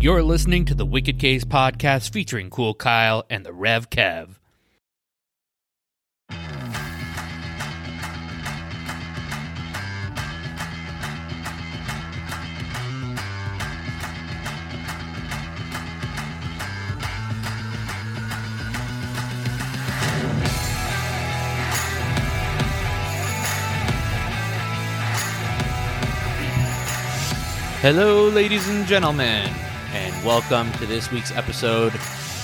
You're listening to the Wicked Case podcast featuring Cool Kyle and the Rev Kev. Hello, ladies and gentlemen, and welcome to this week's episode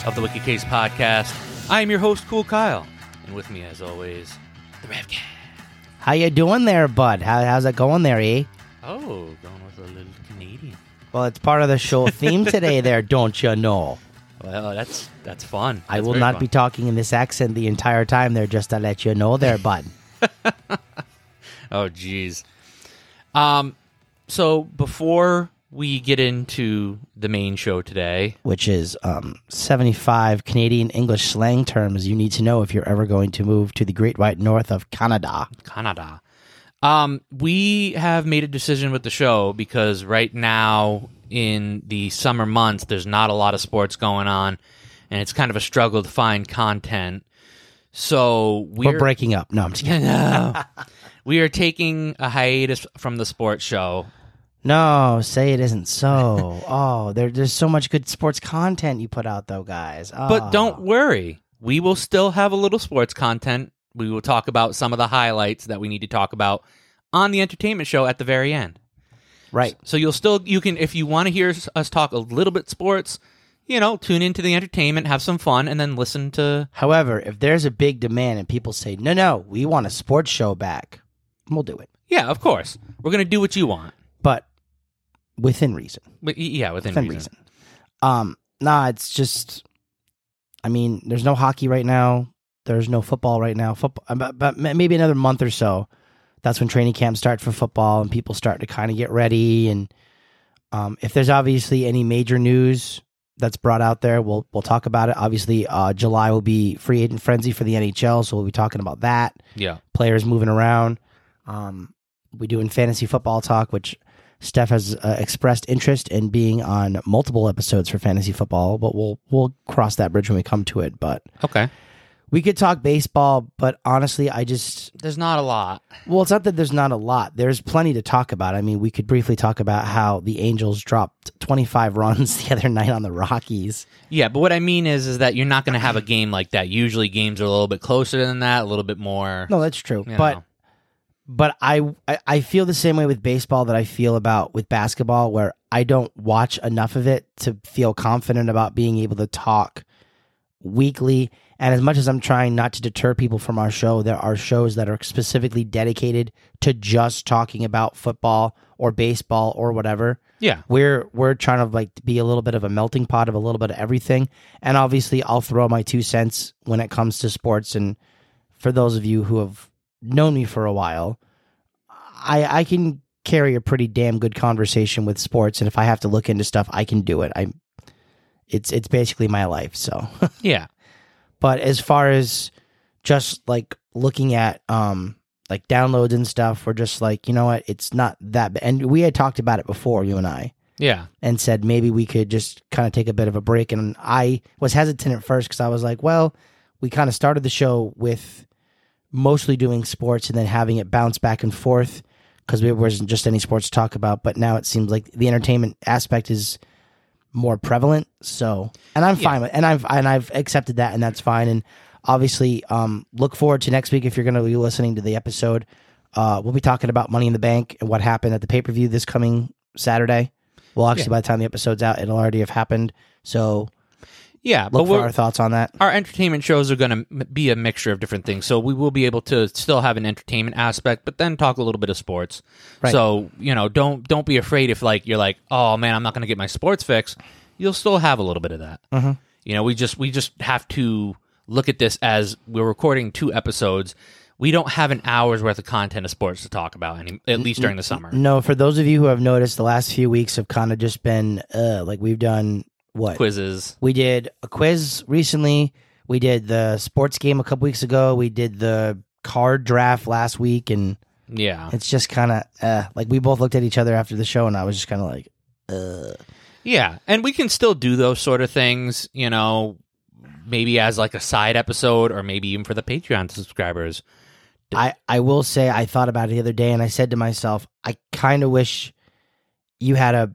of the Wicked Case podcast. I am your host, Cool Kyle, and with me, as always, the Rev Kev. How you doing there, bud? How, how's it going there, E? Oh, going with a little Canadian. Well, it's part of the show theme today there, don't you know? Well, that's that's fun. I will not be talking in this accent the entire time there, just to let you know there, bud. Oh, geez. Um, so before we get into the main show today, Which is um, 75 Canadian English slang terms you need to know if you're ever going to move to the great white north of Canada. Canada. Um, we have made a decision with the show because right now in the summer months, there's not a lot of sports going on, and it's kind of a struggle to find content. So We're, we're breaking up. No, I'm just kidding. No. we are taking a hiatus from the sports show. No, say it isn't so. oh, there, there's so much good sports content you put out, though, guys. But Oh. don't worry, we will still have a little sports content. We will talk about some of the highlights that we need to talk about on the entertainment show at the very end. Right. So you'll still you can if you want to hear s- us talk a little bit sports, you know, tune into the entertainment, have some fun, and then listen to. However, if there's a big demand and people say, no, no, we want a sports show back, we'll do it. Yeah, of course, we're gonna do what you want. But within reason. But, y- yeah, within, Within reason. reason. Um, nah, it's just, I mean, there's no hockey right now. There's no football right now. Football, but, but ma- maybe another month or so. That's when training camps start for football and people start to kind of get ready. And um, if there's obviously any major news that's brought out there, we'll we'll talk about it. Obviously, uh, July will be free agent frenzy for the NHL, so we'll be talking about that. Yeah, players moving around. Um, we do in fantasy football talk, which Steph has uh, expressed interest in being on multiple episodes for fantasy football, but we'll we'll cross that bridge when we come to it. But okay. we could talk baseball, but honestly, I just There's not a lot. well, it's not that there's not a lot. There's plenty to talk about. I mean, we could briefly talk about how the Angels dropped 25 runs the other night on the Rockies. Yeah, but what I mean is, is that you're not gonna have a game like that. Usually, games are a little bit closer than that, a little bit more. No, that's true. you But know. but I, I I feel the same way with baseball that I feel about with basketball, where I don't watch enough of it to feel confident about being able to talk weekly. And as much as I'm trying not to deter people from our show, there are shows that are specifically dedicated to just talking about football or baseball or whatever. yeah, We're we're trying to like be a little bit of a melting pot of a little bit of everything. And obviously I'll throw my two cents when it comes to sports and for those of you who have known me for a while, I I can carry a pretty damn good conversation with sports and if I have to look into stuff, I can do it. I it's it's basically my life, so yeah, but as far as just like looking at um like downloads and stuff, we're just like, you know what, it's not that bad. And we had talked about it before, you and I yeah. and said maybe we could just kind of take a bit of a break. And I was hesitant at first because I was like, well, we kind of started the show with mostly doing sports and then having it bounce back and forth because there wasn't just any sports to talk about. But now it seems like the entertainment aspect is more prevalent. So, and I'm Yeah. fine with, and I've and I've accepted that, and that's fine. And obviously, um, look forward to next week if you're going to be listening to the episode. Uh, we'll be talking about Money in the Bank and what happened at the pay per view this coming Saturday. Well, actually, Yeah. by the time the episode's out, it'll already have happened. So Yeah, but look for we're, our thoughts on that. our entertainment shows are going to be a mixture of different things. So we will be able to still have an entertainment aspect, but then talk a little bit of sports. Right. So you know, don't don't be afraid if like you're like, oh man, I'm not going to get my sports fix. You'll still have a little bit of that. You know, we just we just have to look at this as we're recording two episodes. We don't have an hour's worth of content of sports to talk about, any, at least during the summer. No, for those of you who have noticed, the last few weeks have kind of just been uh, like we've done what Quizzes, we did a quiz recently. We did the sports game a couple weeks ago. We did the card draft last week, and yeah. eh, it's just kind of uh, like we both looked at each other after the show, and I was just kind of like, uh, Yeah, and we can still do those sort of things, you know, maybe as like a side episode or maybe even for the Patreon subscribers. I, I will say I thought about it the other day and I said to myself, I kind of wish you had a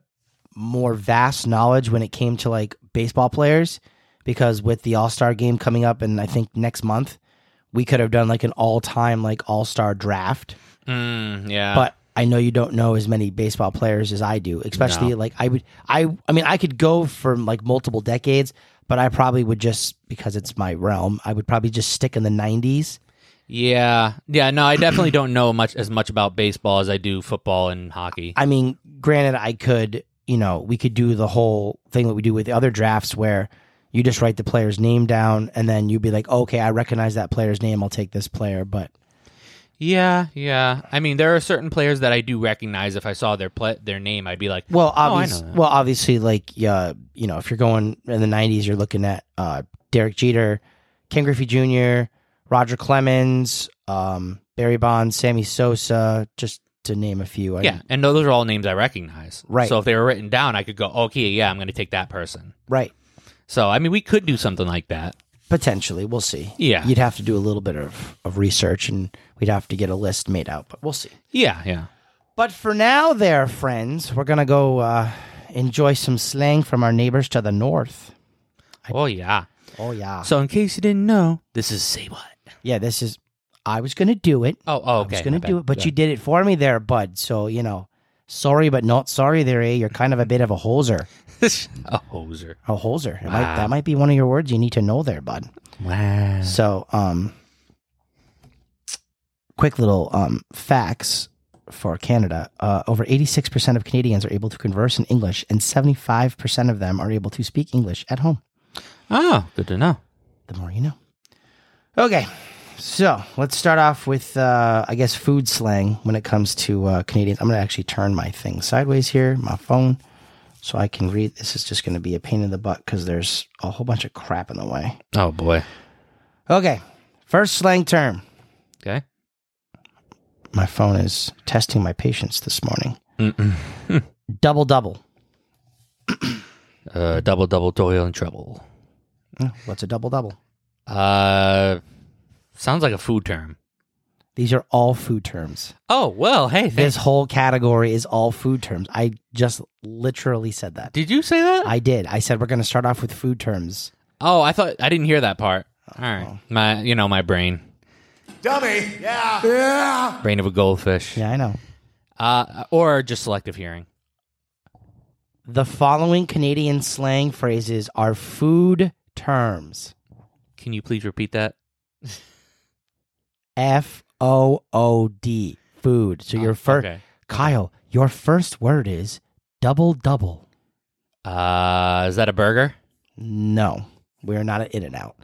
more vast knowledge when it came to like baseball players because with the All-Star game coming up and I think next month, we could have done like an all-time like All-Star draft. Mm, yeah. But I know you don't know as many baseball players as I do, especially No. like I would I I mean I could go for like multiple decades, but I probably would just because it's my realm, I would probably just stick in the 90s. yeah. Yeah, no, I definitely don't know much as much about baseball as I do football and hockey. I mean, granted, I could, you know, we could do the whole thing that we do with the other drafts where you just write the player's name down and then you'd be like, okay, I recognize that player's name. I'll take this player. But Yeah, yeah. I mean, there are certain players that I do recognize. If I saw their play, their name, I'd be like, well, Oh, I obvious, know that. well, obviously, like, yeah, you know, if you're going in the 90s, you're looking at uh, Derek Jeter, Ken Griffey Jr., Roger Clemens, um, Barry Bonds, Sammy Sosa, just to name a few. I yeah. And those are all names I recognize. Right. So if they were written down, I could go, okay, yeah, I'm going to take that person. Right. So I mean, we could do something like that. Potentially. We'll see. Yeah. You'd have to do a little bit of, of research and we'd have to get a list made out, but we'll see. Yeah, yeah. But for now, there, friends, we're going to go uh, enjoy some slang from our neighbors to the north. Oh yeah. Oh, yeah. So in case you didn't know, this is say what. yeah, this is. I was going to do it. Oh, oh, okay. I was going to do it, but you did it for me there, bud. So, you know, sorry, but not sorry there, eh? You're kind of a bit of a hoser. a hoser. A hoser. It might, Wow. that might be one of your words you need to know there, bud. Wow. So, um, quick little um, facts for Canada. Uh, over 86% of Canadians are able to converse in English, and 75% of them are able to speak English at home. Oh, good to know. The more you know. Okay. So let's start off with, uh, I guess, food slang when it comes to uh, Canadians. I'm going to actually turn my thing sideways here, my phone, so I can read. This is just going to be a pain in the butt because there's a whole bunch of crap in the way. Oh boy. Okay. First slang term Okay. my phone is testing my patience this morning. double double. Uh, double, double, toil and trouble. Oh, What's a double double? Uh, sounds like a food term. These are all food terms. Oh well. Hey, This thanks. whole category is all food terms. I just literally said that. Did you say that? I did. I said we're going to start off with food terms. oh, I thought I didn't hear that part. All right. My, you know, my brain, Dummy. Yeah. Yeah. brain of a goldfish. Yeah, I know. Uh, or just selective hearing. The following Canadian slang phrases are food terms. Can you please repeat that? F O O D. Food. So your first Oh, Okay. Kyle, your first word is double double. Uh, is that a burger? No. We're not at in and out.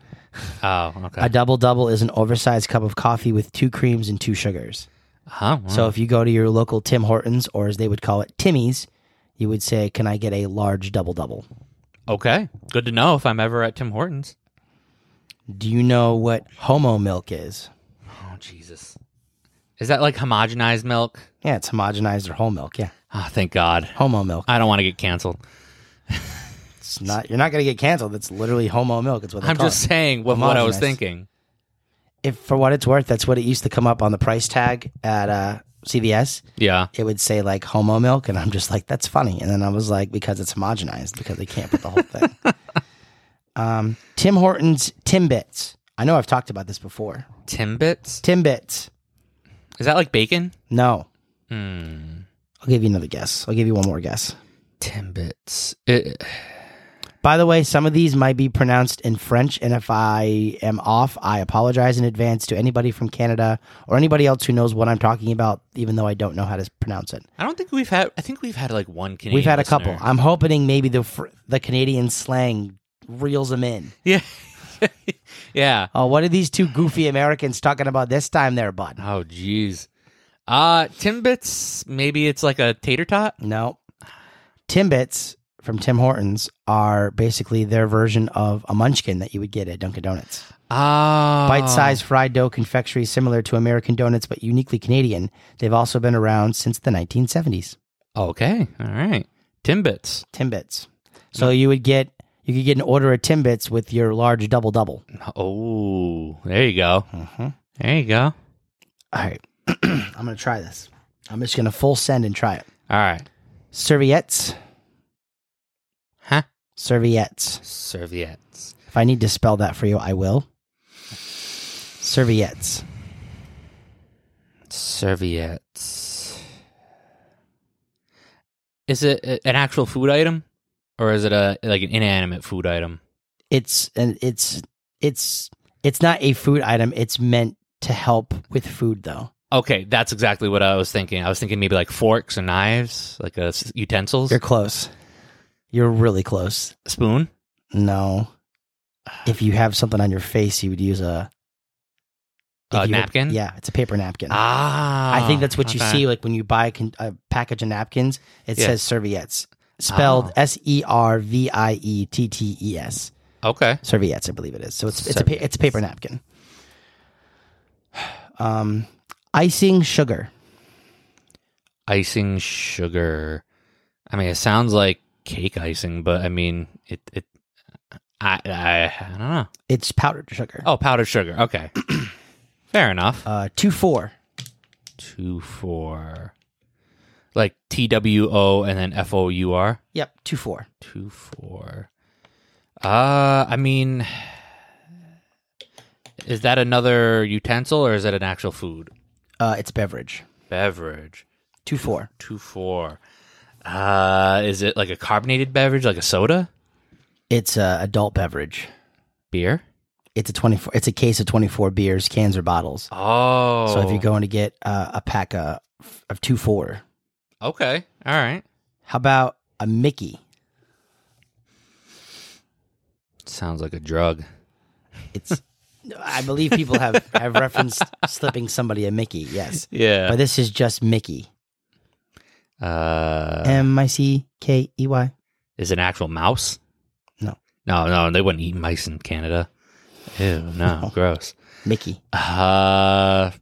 Oh, okay. A double double is an oversized cup of coffee with two creams and two sugars. huh. well, So if you go to your local Tim Hortons, or as they would call it, Timmy's, you would say, Can I get a large double double? okay. Good to know if I'm ever at Tim Hortons. Do you know what homo milk is? Oh Jesus! Is that like homogenized milk? Yeah, it's homogenized or whole milk. Yeah, Oh, thank God. homo milk. I don't want to get canceled. It's not. You're not gonna get canceled. It's literally homo milk. It's what they I'm call just it. saying what, what I was Homogenized. thinking. If for what it's worth, that's what it used to come up on the price tag at uh, CVS. Yeah. It would say like homo milk, and I'm just like, that's funny. And then I was like, because it's homogenized, because they can't put the whole thing. um, Tim Hortons Timbits. I know I've talked about this before. Timbits? Timbits. Is that like bacon? No. Hmm. I'll give you another guess. I'll give you one more guess. Timbits. It, By the way, some of these might be pronounced in French, and if I am off, I apologize in advance to anybody from Canada or anybody else who knows what I'm talking about, even though I don't know how to pronounce it. I don't think we've had. I think we've had like one Canadian. We've had a couple. listener. I'm hoping maybe the fr- the Canadian slang reels them in. Yeah. yeah. Oh, what are these two goofy Americans talking about this time, there, bud? Oh jeez. Uh Timbits. Maybe it's like a tater tot. No, Timbits from Tim Hortons are basically their version of a munchkin that you would get at Dunkin' Donuts. Ah. Bite-sized fried dough confectionery similar to American donuts but uniquely Canadian. They've also been around since the 1970s. Okay. All right. Timbits. Timbits. So you would get you could get an order of Timbits with your large double double. Oh, there you go. There you go. All All right, I'm gonna try this. I'm just gonna full send and try it. right. Serviettes, Huh? serviettes. Serviettes. If I need to spell that for you, I will. Serviettes. Serviettes. Is it a- an actual food item, or is it a like an inanimate food item? It's and it's it's it's not a food item. It's meant to help with food, though. Okay, that's exactly what I was thinking. I was thinking maybe like forks and knives, like uh, s- utensils, You're close. You're really close. spoon. No. If you have something on your face, you would use a A if you- napkin? yeah, it's a paper napkin. Ah, I think that's what you okay. see, like when you buy a con- a package of napkins. It Yeah. says serviettes, spelled Oh. S E R V I E T T E S. Okay, Serviettes, I believe it is. So it's it's a pa- it's a paper napkin. Um, icing sugar. icing sugar. I mean, it sounds like cake icing, but I mean, it it. I I, I don't know. It's powdered sugar. Oh, powdered sugar. Okay, fair enough. Uh, two four. two four like T W O and then F O U R Yep, two four. two four. Uh, I mean, is that another utensil or is that an actual food Uh, it's beverage. beverage? Two four. Two four. Uh, is it like a carbonated beverage, like a soda, It's a adult beverage. beer? It's a twenty four. It's a case of twenty four beers, cans or bottles. Oh, So if you're going to get uh, a pack of, of two four, Oh, okay, all right. how about a Mickey? Sounds like a drug. It's I believe people have have referenced slipping somebody a Mickey. Yes, Yeah. but this is just Mickey. uh, M I C K E Y. is an actual mouse? No. No, no, they wouldn't eat mice in Canada. Ew, no, gross. Mickey. Uh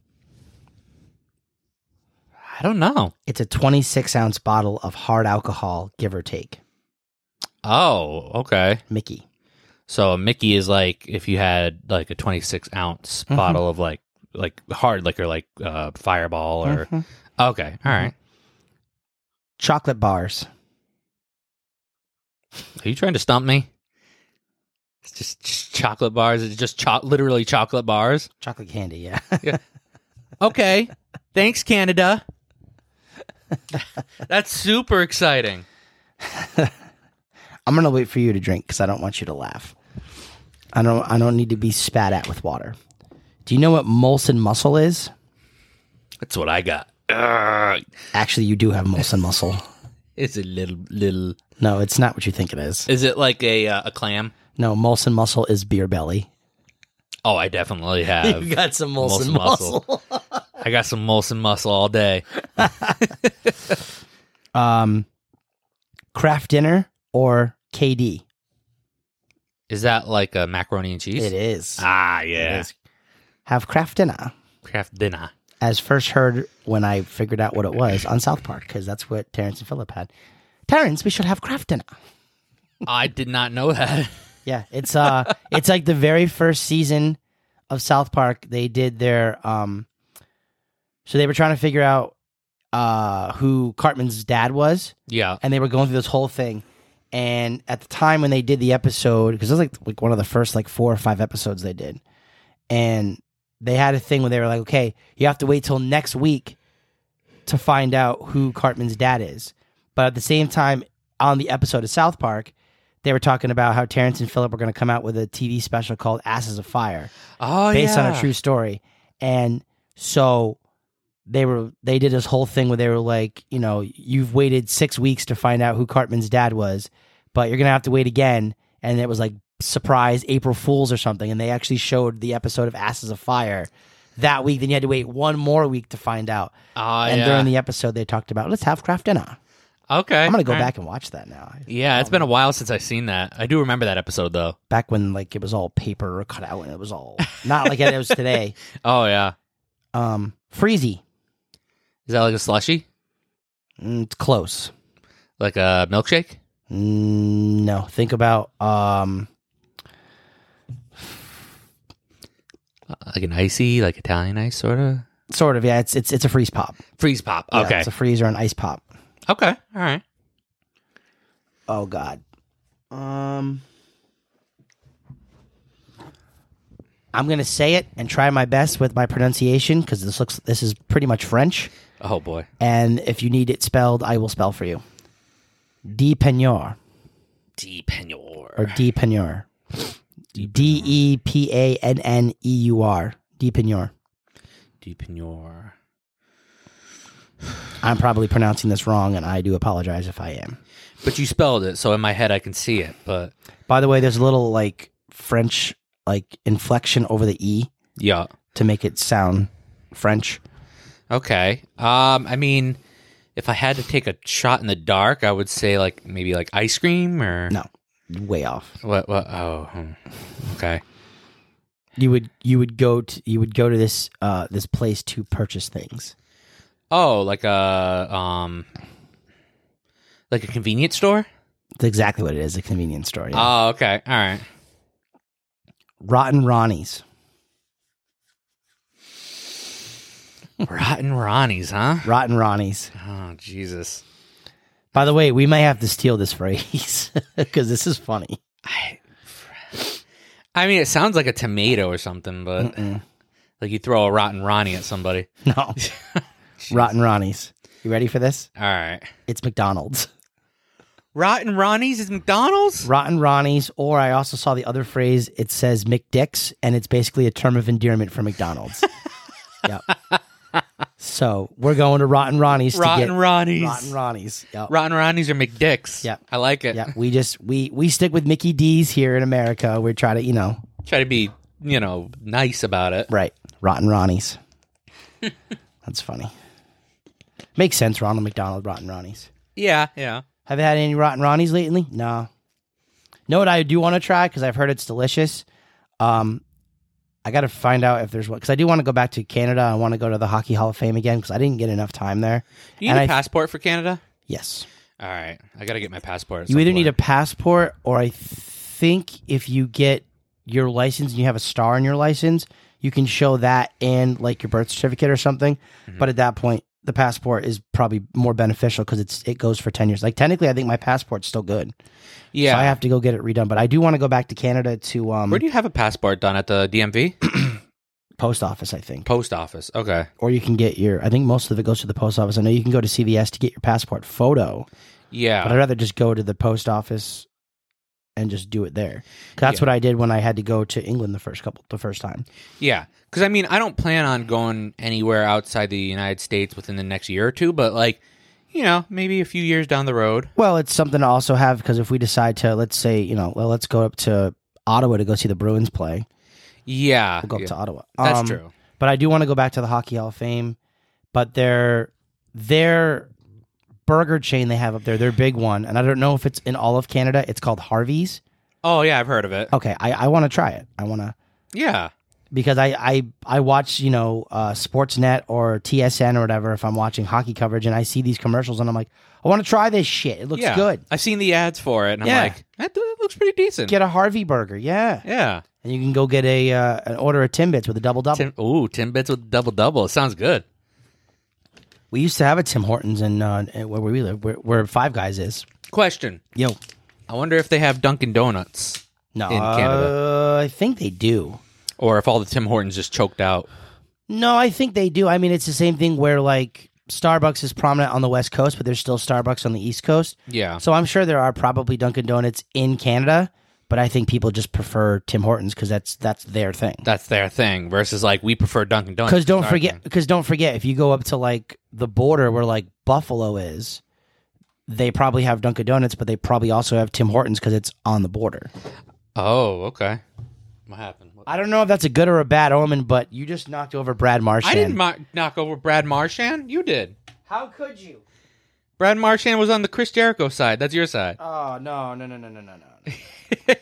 I don't know. It's a 26 ounce bottle of hard alcohol, give or take. Oh, okay. Mickey. So a Mickey is like if you had like a 26 ounce bottle of like like hard liquor like uh fireball Mm-hmm. or okay, all right. Chocolate bars. Are you trying to stump me? It's just, just chocolate bars. It's just cho- literally chocolate bars. Chocolate candy, yeah. Okay. Thanks, Canada. That's super exciting. I'm gonna wait for you to drink because I don't want you to laugh. I don't. I don't need to be spat at with water. Do you know what Molson Muscle is? That's what I got. Ugh. Actually, you do have Molson Muscle. It's a little little. No, it's not what you think it is. Is it like a uh, a clam? No, Molson Muscle is beer belly. Oh, I definitely have. got some Molson Muscle. I got some Molson muscle all day. um, Kraft dinner or KD? Is that like a macaroni and cheese? It is. Ah, yeah. Have Kraft dinner. Kraft dinner. as first heard when I figured out what it was on South Park, because that's what Terrence and Philip had. Terrence, we should have craft dinner. I did not know that. Yeah, it's uh, it's like the very first season of South Park. They did their um, so they were trying to figure out uh who Cartman's dad was, yeah. and they were going through this whole thing. And at the time when they did the episode, because it was like like one of the first like four or five episodes they did, and they had a thing where they were like, okay, you have to wait till next week to find out who Cartman's dad is. But at the same time, on the episode of South Park, they were talking about how Terrence and Philip were going to come out with a TV special called Asses of Fire Oh, based yeah. on a true story. And so they were they did this whole thing where they were like, you know, you've waited six weeks to find out who Cartman's dad was, but you're gonna have to wait again. And it was like surprise April Fools or something. And they actually showed the episode of Asses of Fire that week. Then you had to wait one more week to find out. Oh, and yeah. during the episode, they talked about let's have craft dinner. okay. I'm gonna go All right. back and watch that now. Yeah, it's been a while since I've seen that. I do remember that episode though. Back when like it was all paper cut out and it was all not like it is today. Oh yeah. Um, Freezy, Is that like a slushy? Mm, it's close. Like a milkshake? Mm, No, think about um, Like an icy, like Italian ice, sort of sort of. Yeah, it's it's it's a freeze pop. freeze pop. Yeah, Okay, it's a freeze or an ice pop. okay, all right. Oh God. Um, I'm gonna say it and try my best with my pronunciation because this looks this is pretty much French. Oh boy, And if you need it spelled, I will spell for you. De Peignor D or Penor. De Peignor. D E P A N N E U R. De Peignor. D Penor. I'm probably pronouncing this wrong, and I do apologize if I am. But you spelled it, so in my head I can see it. But By the way, there's a little like French like inflection over the E yeah, to make it sound French. okay. Um, I mean, if I had to take a shot in the dark, I would say like maybe like ice cream or No, way off. What? What? Oh, hmm. okay. You would you would go to you would go to this uh this place to purchase things. Oh, like a um, like a convenience store. That's exactly what it is—a convenience store. yeah. Oh, okay. All right. Rotten Ronnie's. Rotten Ronnie's, huh? Rotten Ronnie's. Oh, Jesus. By the way, we may have to steal this phrase because this is funny. I, I mean, it sounds like a tomato or something, but like you throw a rotten Ronnie at somebody. No, Rotten Ronnie's. You ready for this? All right. It's McDonald's. Rotten Ronnie's is McDonald's. Rotten Ronnie's, or I also saw the other phrase. It says McDicks, and it's basically a term of endearment for McDonald's. yep. So we're going to Rotten Ronnie's to Rotten get Ronnie's. Rotten Ronnie's. Yep. Rotten Ronnie's or McDicks. Yep. I like it. yeah, we just we we stick with Mickey D's here in America. We try to you know Try to be, you know, nice about it. Right. Rotten Ronnie's. That's funny. Makes sense, Ronald McDonald, Rotten Ronnie's. Yeah. Yeah. Have you had any Rotten Ronnie's lately? No. Know what I do want to try because I've heard it's delicious. Um, I got to find out if there's one because I do want to go back to Canada. I want to go to the Hockey Hall of Fame again because I didn't get enough time there. Do you And need a I- passport for Canada? Yes, All right. I got to get my passport. at you some either need a point. passport or I think if you get your license and you have a star in your license, you can show that and like your birth certificate or something. Mm-hmm. But at that point, the passport is probably more beneficial because it's it goes for ten years. Like technically, I think my passport's still good. Yeah. So I have to go get it redone. But I do want to go back to Canada to um Where do you have a passport done at the DMV? post office, I think. Post office. Okay. Or you can get your I think most of it goes to the post office. I know you can go to CVS to get your passport photo, but I'd Yeah. rather just go to the post office and just do it there. 'Cause That's Yeah. what I did when I had to go to England the first couple the first time. Yeah. Because I mean, I don't plan on going anywhere outside the United States within the next year or two, but like, you know, maybe a few years down the road. Well, it's something to also have because if we decide to, let's say, you know, well, let's go up to Ottawa to go see the Bruins play. Yeah. We'll go up yeah. to Ottawa. That's Um, true. But I do want to go back to the Hockey Hall of Fame. But their their burger chain they have up there, their big one, and I don't know if it's in all of Canada. It's called Harvey's. Oh, yeah. I've heard of it. Okay, I, I want to try it. I want to Yeah. because I I I watch you know uh, Sportsnet or TSN or whatever if I'm watching hockey coverage and I see these commercials and I'm like I want to try this shit. It looks yeah. good. I've seen the ads for it, and Yeah. I'm like, that, that looks pretty decent. Get a Harvey burger, yeah. yeah. and you can go get a uh, an order of Timbits with a double double. Tim, ooh, Timbits with double double. It sounds good. we used to have a Tim Hortons in uh, where we live, where, where Five Guys is. Question Yo, I wonder if they have Dunkin' Donuts no, In Canada. uh, I think they do. or if all the Tim Hortons just choked out. No, I think they do. I mean, it's the same thing where like Starbucks is prominent on the West Coast, but there's still Starbucks on the East Coast. Yeah. So I'm sure there are probably Dunkin' Donuts in Canada, but I think people just prefer Tim Hortons because that's that's their thing. that's their thing versus like we prefer Dunkin' Donuts. Because don't Sorry. forget, because don't forget, if you go up to like the border where like Buffalo is, they probably have Dunkin' Donuts, but they probably also have Tim Hortons because it's on the border. Oh, okay. What happened? I don't know if that's a good or a bad omen, but you just knocked over Brad Marchand. I didn't mo- knock over Brad Marchand. You did. How could you? Brad Marchand was on the Chris Jericho side. That's your side. Oh no no no no no no no no no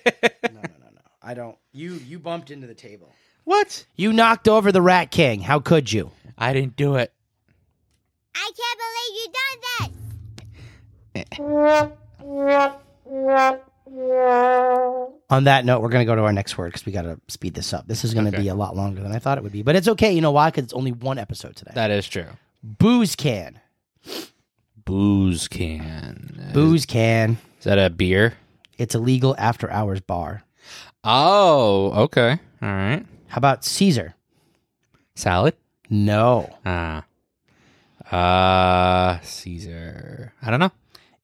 no no! I don't. You you bumped into the table. what? You knocked over the Rat King. How could you? I didn't do it. I can't believe you done that. on that note, we're going to go to our next word because we got to speed this up. This is going to Okay. be a lot longer than I thought it would be, but it's okay. You know why? Because it's only one episode today. That is true. booze can, Booze can. booze can. Is that a beer? It's a legal after hours bar. Oh, okay. All right. How about Caesar? Salad? No, Ah. Uh Caesar. I don't know.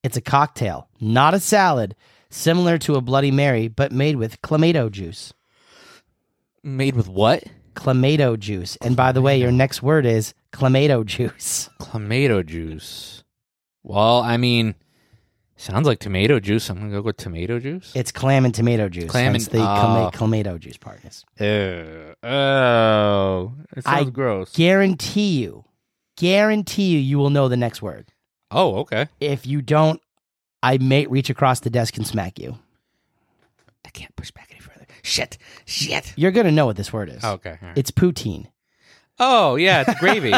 it's a cocktail, not a salad, similar to a Bloody Mary, but made with clamato juice. Made with what? Clamato juice. And by the way, your next word is clamato juice. Tomato juice. Well, I mean, sounds like tomato juice. I'm gonna go with tomato juice. It's clam and tomato juice. Clam hence and- the oh. clama- clamato juice part. Yes. Ew. Oh, it I sounds gross. Guarantee you, guarantee you, you will know the next word. oh, okay. If you don't, I may reach across the desk and smack you. I can't push back any further. Shit. Shit. You're gonna know what this word is. Oh, Okay. all right. It's poutine. oh, yeah. It's gravy.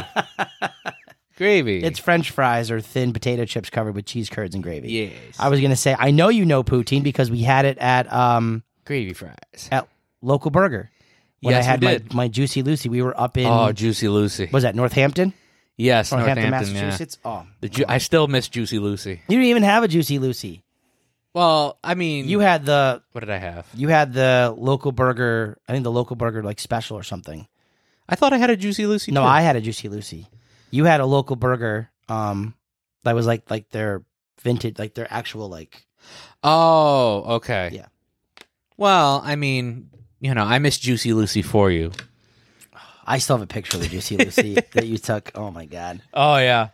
gravy. It's French fries or thin potato chips covered with cheese curds and gravy. yes. I was gonna say I know you know poutine because we had it at um gravy fries. at local burger when Yes, I we had my, did. my juicy Lucy. We were up in Oh, Juicy Lucy. was that Northampton yes, or Hampton, Northampton, yeah. Massachusetts? Oh, The ju- I still miss Juicy Lucy. you didn't even have a juicy Lucy. Well, I mean, You had the what did I have? You had the local burger. I think the local burger like special or something. I thought I had a Juicy Lucy. no, too. I had a juicy Lucy. You had a local burger. Um, that was like like their vintage, like their actual like. Oh, okay. Yeah. Well, I mean, you know, I miss Juicy Lucy for you. I still have a picture of the juicy Lucy that you took. Oh my god! Oh yeah.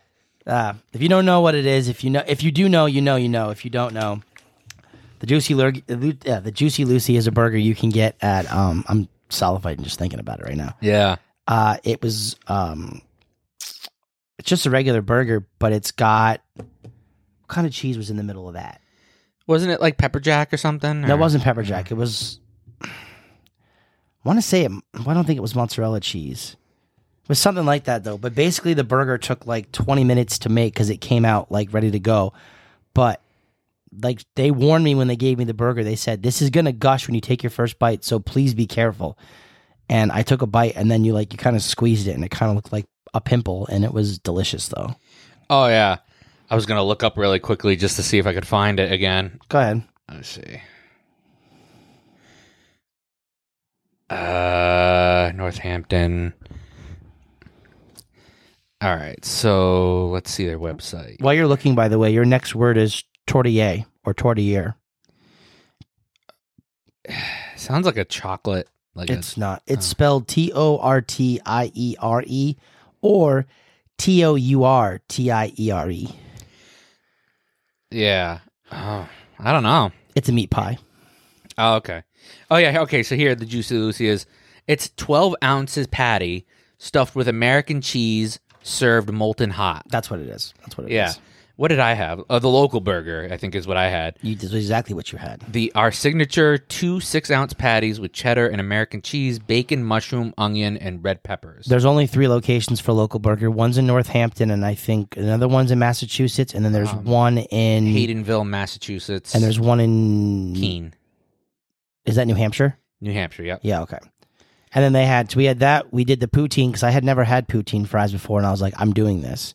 Uh, if you don't know what it is, if you know, if you do know, you know, you know. If you don't know, the juicy Lur- Lu- uh, the juicy Lucy is a burger you can get at. Um, I'm salivating just thinking about it right now. Yeah. Uh, it was um, it's just a regular burger, but it's got what kind of cheese was in the middle of that? Wasn't it like pepper jack or something? That or- wasn't pepper jack. It was. I want to say it. I don't think it was mozzarella cheese. It was something like that though. But basically, the burger took like 20 minutes to make because it came out like ready to go. But like they warned me when they gave me the burger, they said this is gonna gush when you take your first bite, so please be careful. And I took a bite, and then you like you kind of squeezed it, and it kind of looked like a pimple, and it was delicious though. Oh yeah. I was gonna look up really quickly just to see if I could find it again. Go ahead. Let's see. Uh, Northampton. All right, so let's see their website. While you're looking, by the way, your next word is tortilla or tortilla. Sounds like a chocolate. Like It's a, not. It's Oh. spelled T O R T I E R E or T O U R T I E R E. yeah. Oh, I don't know. It's a meat pie. Oh, okay. Oh, yeah. Okay. So here, the Juicy Lucy is it's 12 ounces patty stuffed with American cheese served molten hot. That's what it is. That's what it is. Yeah. What did I have? Uh, the local burger, I think, is what I had. You this is exactly what you had. The our signature two six ounce patties with cheddar and American cheese, bacon, mushroom, onion, and red peppers. There's only three locations for local burger. One's in Northampton, and I think another one's in Massachusetts, and then there's Um, one in Haydenville, Massachusetts, and there's one in Keene, is that New Hampshire? New Hampshire. Yep. Yeah, okay. And then they had, so we had that. We did the poutine because I had never had poutine fries before, and I was like, I'm doing this.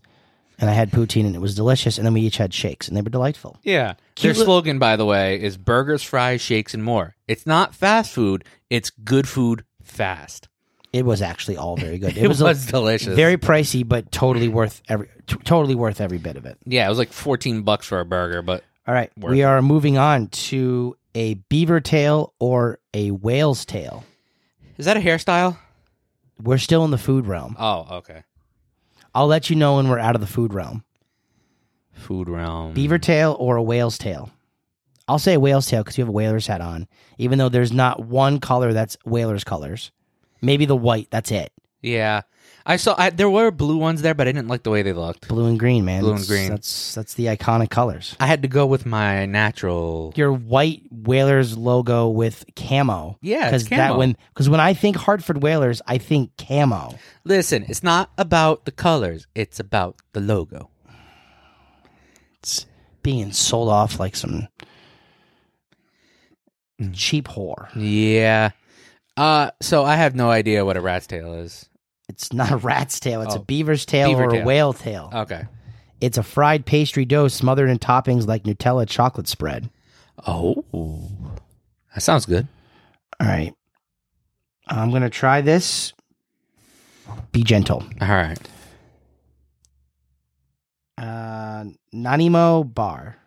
And I had poutine, and it was delicious. And then we each had shakes, and they were delightful. Yeah. Cute Their li- slogan, by the way, is burgers, fries, shakes, and more. It's not fast food. It's good food fast. It was actually all very good. It, was, a- delicious. very pricey, but totally worth every t- totally worth every bit of it. yeah, it was like fourteen bucks for a burger, but All right, Worth we it. are moving on to a beaver tail or a whale's tail. is that a hairstyle? We're still in the food realm. Oh, okay. I'll let you know when we're out of the food realm. Food realm. beaver tail or a whale's tail? I'll say whale's tail because you have a whaler's hat on, even though there's not one color that's whaler's colors. Maybe the white, that's it. Yeah, I saw. I, there were blue ones there, but I didn't like the way they looked. Blue and green, man. Blue and That's- green. That's that's the iconic colors. I had to go with my natural. Your white whaler's logo with camo. Yeah, it's because that camo. when because when I think Hartford whalers, I think camo. Listen, it's not about the colors; it's about the logo. Being sold off like some Hmm. cheap whore. Yeah. Uh, so I have no idea what a rat's tail is. It's not a rat's tail. It's Oh. a beaver's tail Beaver or tail. a whale tail. Okay. It's a fried pastry dough smothered in toppings like Nutella chocolate spread. Oh, that sounds good. All right. I'm going to try this. Be gentle. All right. Uh, Nanimo Bar.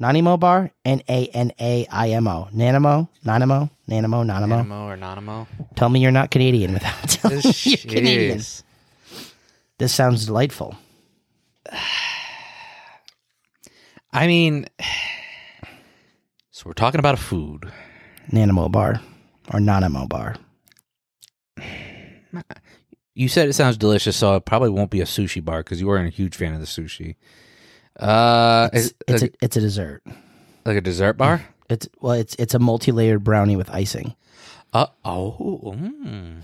Nanimo Bar? N A N A I M O. Nanimo? Nanimo? Nanimo? Nanimo? Animo or Nanimo? Tell me you're not Canadian without telling me you're Canadian. Jeez. This sounds delightful. I mean, so we're talking about a food. Nanimo Bar or Nanimo Bar. You said it sounds delicious, so it probably won't be a sushi bar because you weren't a huge fan of the sushi. Uh, It's, is- it's, like, a, it's a dessert. like a dessert bar? It's well, it's it's a multi-layered brownie with icing. Uh oh. Mm.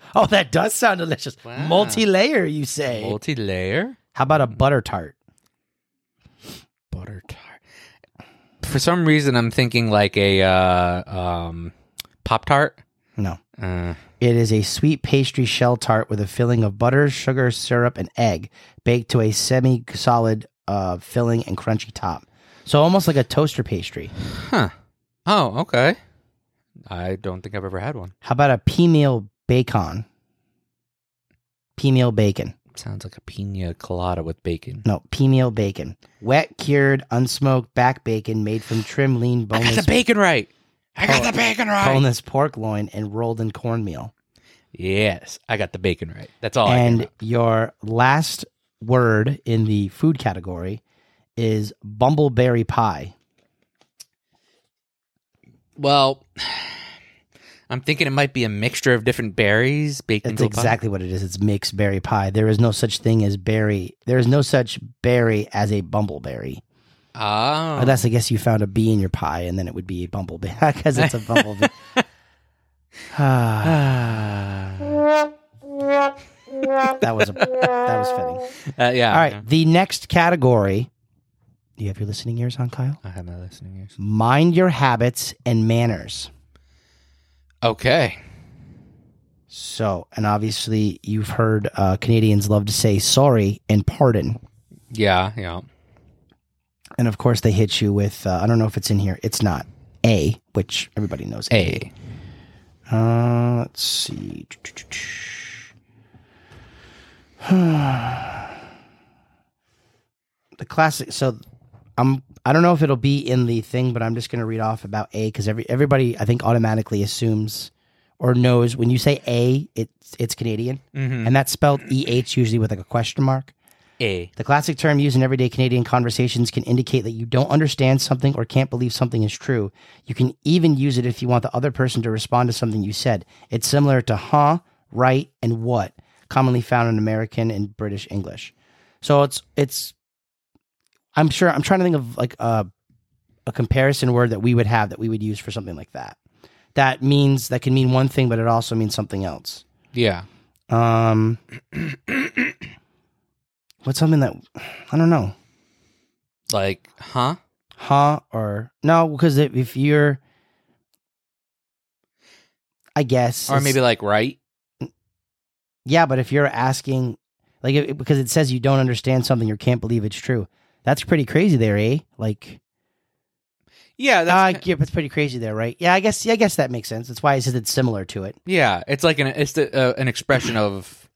Oh, that does sound delicious. Wow. Multi-layer, you say? Multi layer How about a butter tart? butter tart. For some reason, I'm thinking like a uh, um, pop tart. No. Uh, It is a sweet pastry shell tart with a filling of butter, sugar, syrup, and egg, baked to a semi-solid uh, filling and crunchy top. So almost like a toaster pastry. huh. Oh, okay. I don't think I've ever had one. How about a pea meal bacon? Pea meal bacon. Sounds like a pina colada with bacon. No, pea meal bacon. Wet, cured, unsmoked back bacon made from trim, I lean, got boneless, the bacon right. I got Oh. the bacon right. boneless pork loin and rolled in cornmeal. Yes, I got the bacon right. That's all. Oh, I and care your last word in the food category is bumbleberry pie. about. well, I'm thinking it might be a mixture of different berries baked That's into a pie. exactly what it is. It's mixed berry pie. There is no such thing as berry. There is no such berry as a bumbleberry. Oh, Unless I guess you found a bee in your pie and then it would be a bumbleberry because it's a bumblebee. Ah, that was a, that was fitting. Uh, yeah. All right, the next category. Do you have your listening ears on, Kyle? I have my listening ears. Mind your habits and manners. Okay. So, and obviously, you've heard uh, Canadians love to say sorry and pardon. Yeah. Yeah. And of course, they hit you with uh, I don't know if it's in here. It's not A, which everybody knows. A. Uh, let's see. the classic. So I'm. I don't know if it'll be in the thing, but I'm just going to read off about A because every everybody I think automatically assumes or knows when you say A, it's it's Canadian, Mm-hmm. and that's spelled E H usually with like a question mark. A. The classic term used in everyday Canadian conversations can indicate that you don't understand something or can't believe something is true. You can even use it if you want the other person to respond to something you said. It's similar to huh, right, and what, commonly found in American and British English. So it's it's I'm sure I'm trying to think of like a a comparison word that we would have that we would use for something like that. That means that can mean one thing, but it also means something else. Yeah. Um, what's something that I don't know, Like, huh? huh? Or no, because if, if you're, I guess, Or it's- maybe like right? yeah, but if you're asking, like, it, it- because it says you don't understand something or can't believe it's true, that's pretty crazy there, eh? Like, Yeah. That's, ah, yeah, that's pretty crazy there, right? Yeah, I guess, yeah, I guess that makes sense. That's why it says it's similar to it. yeah. It's like an it's the, uh, an expression of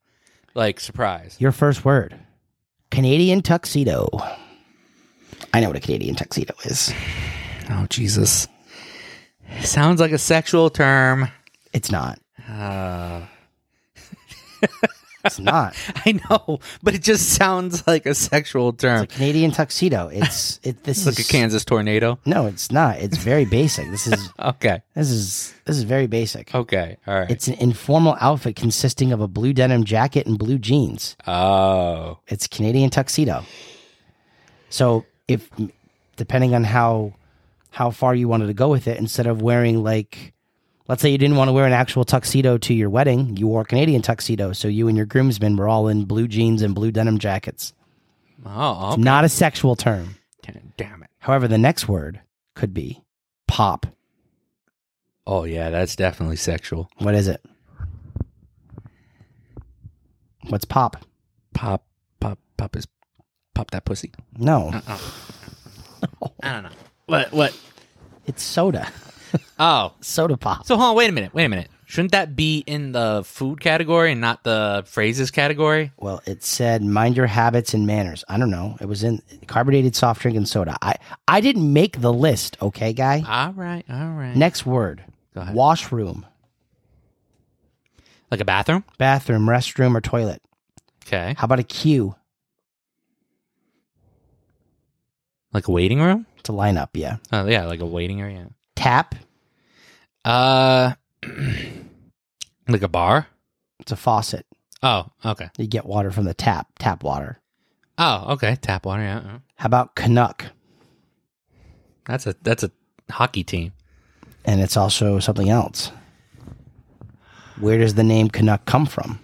like surprise. Your first word, Canadian tuxedo. I know what a Canadian tuxedo is. Oh Jesus. Sounds like a sexual term. It's not. Uh, It's not. I know, but it just sounds like a sexual term. It's a Canadian tuxedo. It's it. This It's like, is a Kansas tornado. No, it's not. It's very basic. This is Okay. this is this is very basic. Okay. All right. It's an informal outfit consisting of a blue denim jacket and blue jeans. oh. It's Canadian tuxedo. So if depending on how how far you wanted to go with it, instead of wearing like let's say you didn't want to wear an actual tuxedo to your wedding, you wore a Canadian tuxedo. So you and your groomsmen were all in blue jeans and blue denim jackets. Oh. Not a sexual term. Okay. Damn it. However, the next word could be pop Oh yeah, that's definitely sexual. What is it? What's pop? Pop, pop, pop is pop that pussy. No, I don't know. What? What? it's soda. Oh, Soda pop. so hold on. Wait a minute. Wait a minute. Shouldn't that be in the food category and not the phrases category? Well, it said mind your habits and manners. I don't know. It was in carbonated soft drink and soda. I I didn't make the list, okay, guy? All right. All right. Next word. Go ahead. Washroom, Like a bathroom. bathroom, restroom or toilet. Okay. How about a queue? Like a waiting room. It's a lineup, yeah. Oh yeah, like a waiting area. Tap, Uh, like a bar. it's a faucet. Oh, okay. You get water from the tap, tap water. Oh, okay. Tap water. Yeah, yeah. How about Canuck? that's a that's a hockey team. And it's also something else. Where does the name Canuck come from?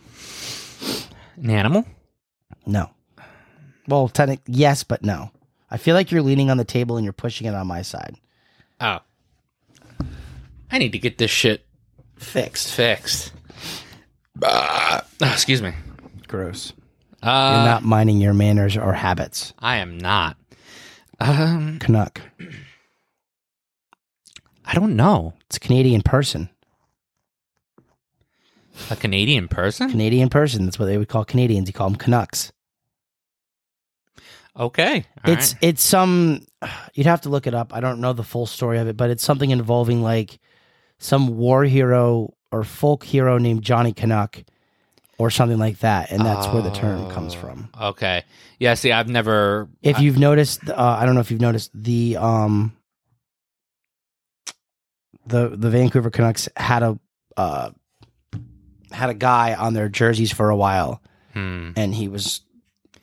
An animal. No. Well, technically, yes, but no. I feel like you're leaning on the table and you're pushing it on my side. Oh, I need to get this shit Fixed. fixed. Ah, excuse me. Gross. You're Uh, not minding your manners or habits. I am not. Um, Canuck. I don't know It's a Canadian person. a Canadian person. Canadian person. That's what they would call Canadians. You call them Canucks. Okay, all it's right. it's some. You'd have to look it up. I don't know the full story of it, but it's something involving like some war hero or folk hero named Johnny Canuck or something like that, and that's where the term comes from. okay. Yeah, see, I've never. If you've noticed, uh, I don't know if you've noticed the um the the Vancouver Canucks had a uh, had a guy on their jerseys for a while, Hmm. and he was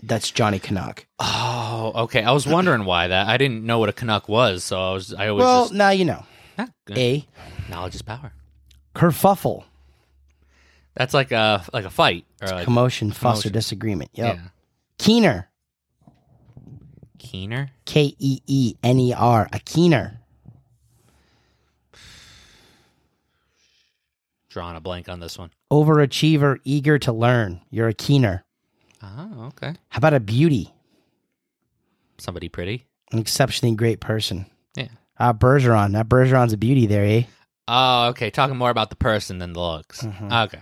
that's Johnny Canuck. Oh, okay. I was wondering why that. I didn't know what a Canuck was, so I was. I always. Well, just, now you know Ah, good. a knowledge is power. kerfuffle, That's like a like a fight or like commotion, fuss, or commotion. disagreement. Yep. yeah. Keener, Keener. K E E N E R, a keener. Drawing a blank on this one. Overachiever, eager to learn. You're a keener. Oh, okay. How about a beauty? Somebody pretty. An exceptionally great person. Yeah. Ah, Bergeron. That Bergeron's a beauty there, eh? Oh, okay. Talking more about the person than the looks. Okay.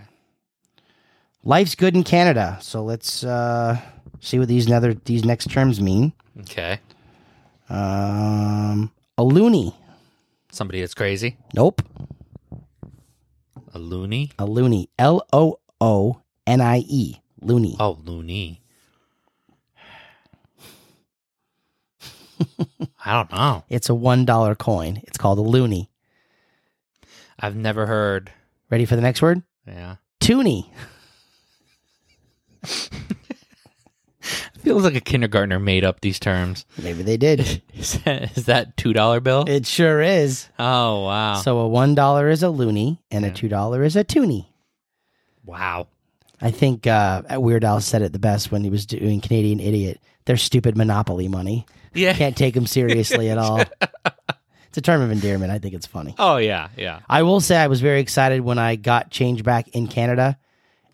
Life's good in Canada. So let's uh, see what these nether these next terms mean. Okay. Um, a loony. Somebody that's crazy. Nope. A loony. A loony. L O O N I E. Loony. Oh, loony. I don't know. It's a $1 coin. It's called a loony. I've never heard. Ready for the next word? Yeah. Toonie. Feels like a kindergartner made up these terms. Maybe they did. Is that, is that two dollar bill? it sure is. oh wow! So a $1 is a loony and a $2 is a toonie. wow. I think uh, Weird Al said it the best when he was doing Canadian Idiot. They're stupid monopoly money. Yeah. Can't take them seriously at all. It's a term of endearment. I think it's funny. oh yeah. Yeah. I will say I was very excited when I got change back in Canada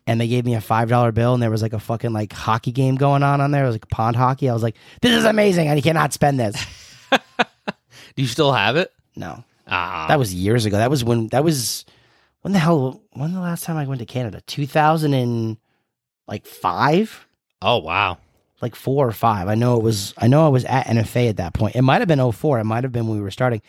and they gave me a $5 bill and there was like a fucking like hockey game going on on there. It was like pond hockey. I was like, this is amazing. I cannot spend this. Do you still have it? No. Ah. That was years ago. That was when that was when the hell when the last time I went to Canada? Two thousand and like five? oh wow. Like four or five. I know it was I know I was at NFA at that point. It might have been 04. It might have been when we were starting.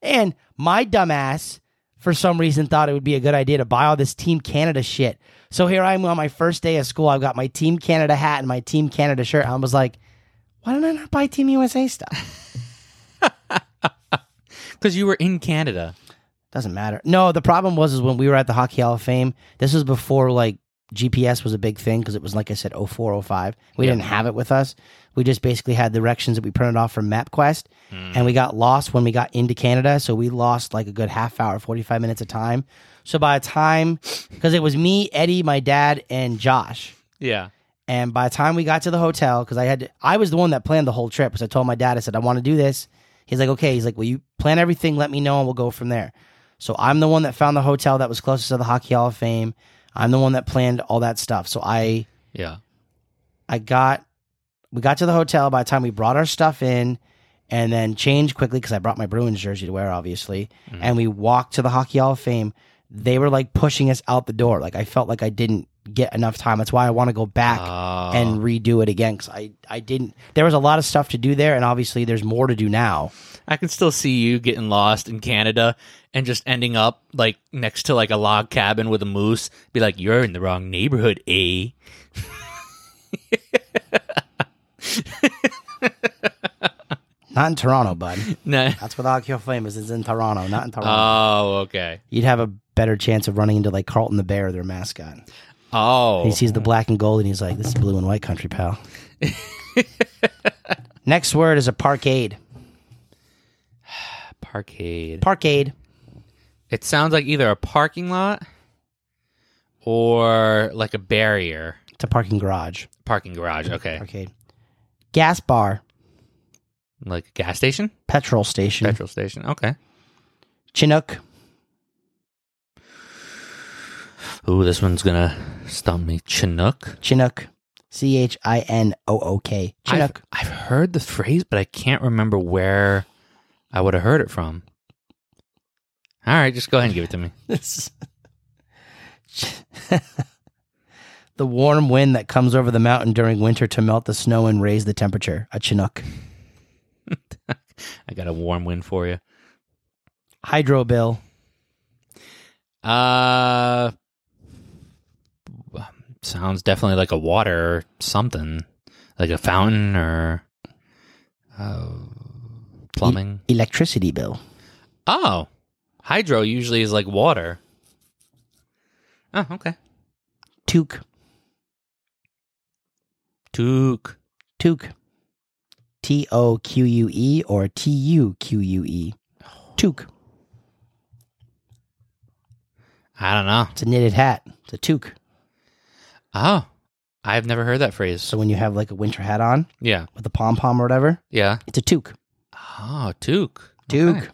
And my dumbass for some reason thought it would be a good idea to buy all this Team Canada shit. So here I am on my first day of school. I've got my Team Canada hat and my Team Canada shirt. I was like, why did I not buy Team USA stuff? Because you were in Canada. Doesn't matter. No, the problem was is when we were at the Hockey Hall of Fame. This was before like GPS was a big thing because it was like I said, 04, 05. We Yeah. didn't have it with us. We just basically had directions that we printed off from MapQuest, and we got lost when we got into Canada. So we lost like a good half hour, forty five minutes of time. So by the time, because it was me, Eddie, my dad, and Josh. Yeah. And by the time we got to the hotel, because I had to, I was the one that planned the whole trip. Because I told my dad, I said I want to do this. He's like, okay. He's like, well, you plan everything. Let me know, and we'll go from there. So I'm the one that found the hotel that was closest to the Hockey Hall of Fame. I'm the one that planned all that stuff. So I Yeah. I got we got to the hotel by the time we brought our stuff in and then changed quickly because I brought my Bruins jersey to wear, obviously. And we walked to the Hockey Hall of Fame. They were like pushing us out the door. Like I felt like I didn't get enough time. That's why I want to go back Ah. and redo it again because I, I didn't. There was a lot of stuff to do there, and obviously there's more to do now. I can still see you getting lost in Canada and just ending up like next to like a log cabin with a moose. Be like, you're in the wrong neighborhood, eh? Not in Toronto, bud. No. That's what the Hockey Hall of Fame is. It's in Toronto, not in Toronto. Oh, okay. You'd have a better chance of running into like Carlton the Bear, their mascot. He Oh, sees the black and gold and he's like, this is blue and white country, pal. Next word is a parkade. parkade. Parkade. It sounds like either a parking lot or like a barrier. It's a parking garage. Parking garage. Okay. Parkade. Gas bar. Like a gas station? Petrol station. Petrol station. Okay. Chinook. Ooh, this one's going to stump me. Chinook. Chinook. C H I N O O K. I've, Chinook. I've heard the phrase, but I can't remember where I would have heard it from. All right, just go ahead and give it to me. the warm wind that comes over the mountain during winter to melt the snow and raise the temperature. A Chinook. I got a warm wind for you. Hydro bill. Uh, sounds definitely like a water or something, like a fountain or uh, plumbing. Electricity bill. Oh, hydro usually is like water. Oh, okay. Toque. Took. Toque. T O Q U E or T U Q U E. Toque. I don't know. It's a knitted hat. It's a toque. Oh, I've never heard that phrase. So when you have like a winter hat on yeah, with a pom pom or whatever, yeah. it's a toque. Oh, Duke. Toque. Okay.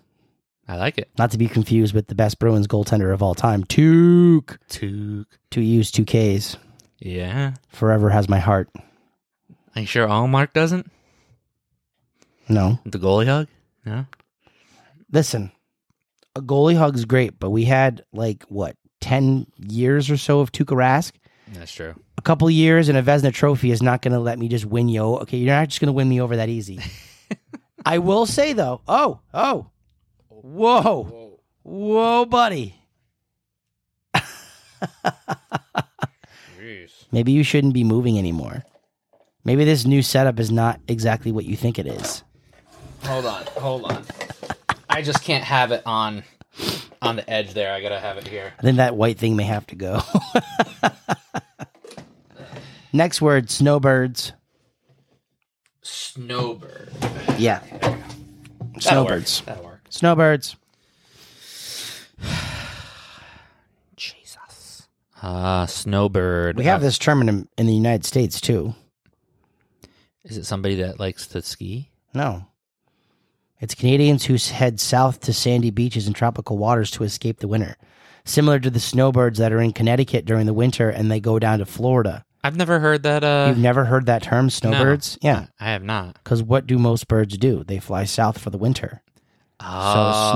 I like it. Not to be confused with the best Bruins goaltender of all time. Toque. Duke. Two U's, two K's. Yeah. Forever has my heart. Are you sure Allmark doesn't? No. The goalie hug? No. Listen, a goalie hug's great, but we had like what, 10 years or so of Tuukka Rask? That's true. a couple years and a Vesna trophy is not going to let me just win yo. Okay, you're not just going to win me over that easy. I will say though, oh, oh, whoa, whoa, buddy. Maybe you shouldn't be moving anymore. Maybe this new setup is not exactly what you think it is. Hold on. Hold on. I just can't have it on on the edge there. I gotta have it here. I think that white thing may have to go. Next word, snowbirds. Snowbird. Yeah. Snowbirds. That'll work. Snowbirds. Jesus. Uh snowbird. We have Uh, this term in, in the United States too. is it somebody that likes to ski? No. It's Canadians who head south to sandy beaches and tropical waters to escape the winter. Similar to the snowbirds that are in Connecticut during the winter and they go down to Florida. I've never heard that uh You've never heard that term, snowbirds? Yeah. I have not. Because what do most birds do? They fly south for the winter. Oh.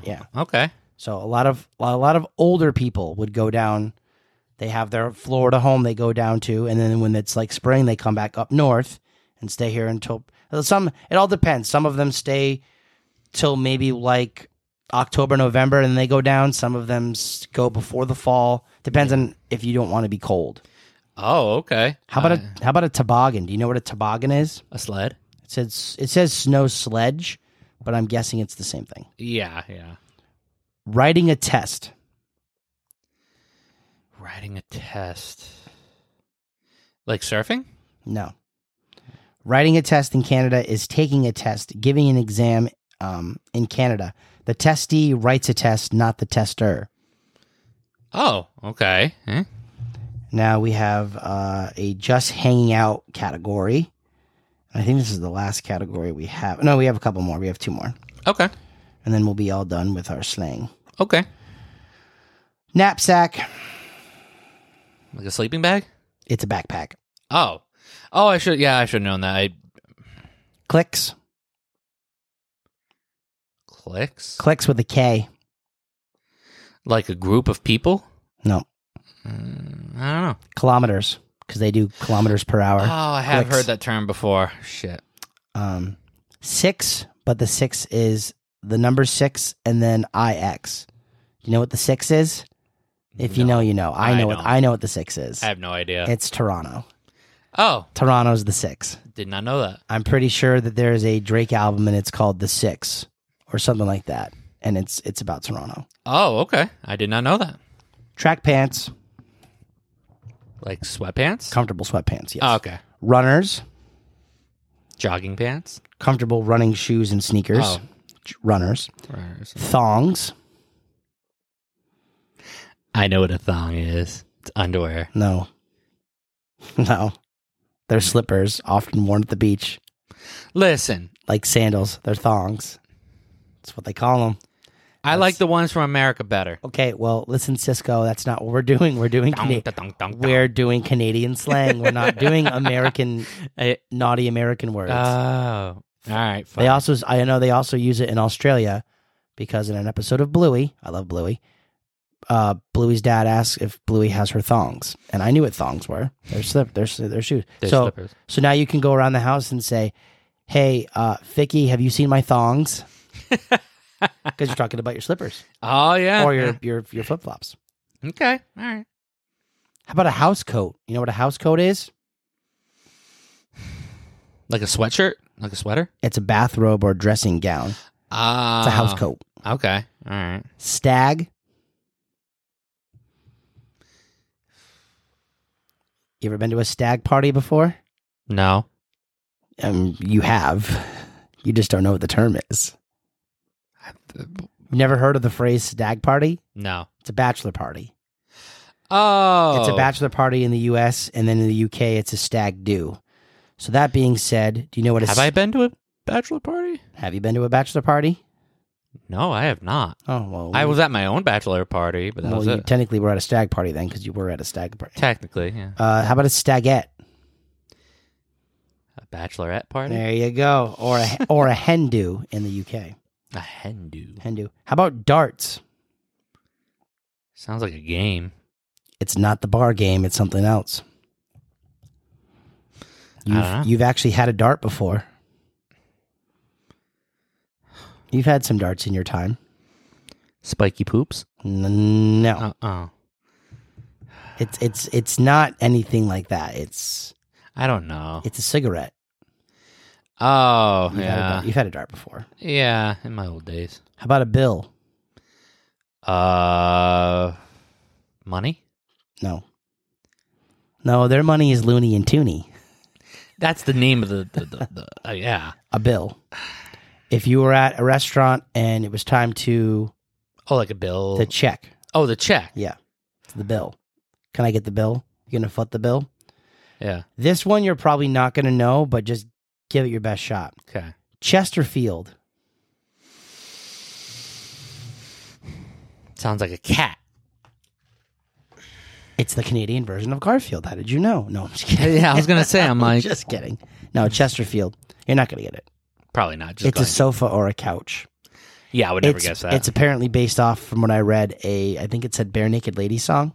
snowbird, yeah. Okay. So a lot of a lot of older people would go down. They have their Florida home they go down to, and then when it's like spring, they come back up north and stay here until uh, some. It all depends. Some of them stay till maybe like October, November, and then they go down. Some of them s- go before the fall. Depends on if you don't want to be cold. Oh, okay. How about Uh, a how about a toboggan? Do you know what a toboggan is? a sled? It says it says snow sledge, but I'm guessing it's the same thing. Yeah, yeah. Writing a test. Writing a test. Like surfing? No. Writing a test in Canada is taking a test, giving an exam um, in Canada. The testee writes a test, not the tester. Oh, okay. Eh? Now we have uh, a just hanging out category. I think this is the last category we have. No, we have a couple more. We have two more. Okay. And then we'll be all done with our slang. Okay. Knapsack. Like a sleeping bag? It's a backpack. Oh. Oh, I should yeah, I should have known that. I Clicks. clicks. Clicks with a K. like a group of people? No. Mm, I don't know. Kilometers. Because they do kilometers per hour. Oh, I have clicks. heard that term before. Shit. um, six, but the six is the number six and then IX. You know what the six is? If you No. know, you know. I I know what don't. I know what the six is. I have no idea. It's Toronto. oh, Toronto's the six. did not know that. I'm pretty sure that there is a Drake album and it's called The Six or something like that. And it's it's about Toronto. Oh, okay. I did not know that. Track pants, Like sweatpants? comfortable sweatpants, yes. Oh, okay. Runners, Jogging pants? comfortable running shoes and sneakers. Oh. J- Runners. Runners. Thongs. I know what a thong is. It's underwear. No. No. Hmm. They're slippers, often worn at the beach, Listen, like sandals. They're thongs. That's what they call them. I like the ones from America better. Okay, well, listen, Cisco, that's not what we're doing. We're doing Dong, Cana- da, dong, dong, dong. we're doing Canadian slang. We're not doing American Eh, naughty American words. Oh. All right. Fine. they also, I know, they also use it in Australia because in an episode of Bluey, I love Bluey. Uh, Bluey's dad asks if Bluey has her thongs, and I knew what thongs were. They're slip, they're, they're shoes. They're so, slippers. So now you can go around the house and say, "Hey, uh, Vicky, have you seen my thongs?" Because you're talking about your slippers Oh yeah. or your your your flip flops. Okay. All right. How about a house coat? You know what a house coat is? Like a sweatshirt? Like a sweater? It's a bathrobe or dressing gown. It's Ah. a house coat. Okay. All right. Stag. You ever been to a stag party before? No. Um, you have. You just don't know what the term is. You've never heard of the phrase stag party? No. It's a bachelor party. Oh. It's a bachelor party in the U.S. and then in the U.K. it's a stag do. So that being said, do you know what? A Have s- I been to a bachelor party? Have you been to a bachelor party? No, I have not. Oh well, I you- was at my own bachelor party, but that Well, was you it. technically were at a stag party then because you were at a stag party. Technically, yeah. Uh, how about a stagette? A bachelorette party? There you go, or a or a hen do in the UK. A Hindu. Hen do. How about darts? Sounds like a game. It's not the bar game; it's something else. don't know. You've, you've actually had a dart before. You've had some darts in your time. Spiky poops? N- no. Uh oh. It's it's it's not anything like that. It's I don't know. it's a cigarette. Oh, You've, had, a, yeah. dart- you've had a dart before. Yeah, in my old days. How about a bill? Uh, money? No. No, their money is loony and toony. That's the name of the. the, the, the uh, yeah. A bill. If you were at a restaurant and it was time to Oh, like a bill. to check, oh, the check. yeah, it's the bill. Can I get the bill? You gonna foot the bill? Yeah. This one you're probably not gonna know, but just give it your best shot. Okay. Chesterfield. Sounds like a cat. It's the Canadian version of Garfield. How did you know? No, I'm just kidding. yeah, I was gonna say. I'm like, just kidding. No, Chesterfield. You're not gonna get it. probably not. Just It's a going- sofa or a couch. yeah, I would never it's, guess that. It's apparently based off from what I read. A I think it said "Bare Naked Lady" song.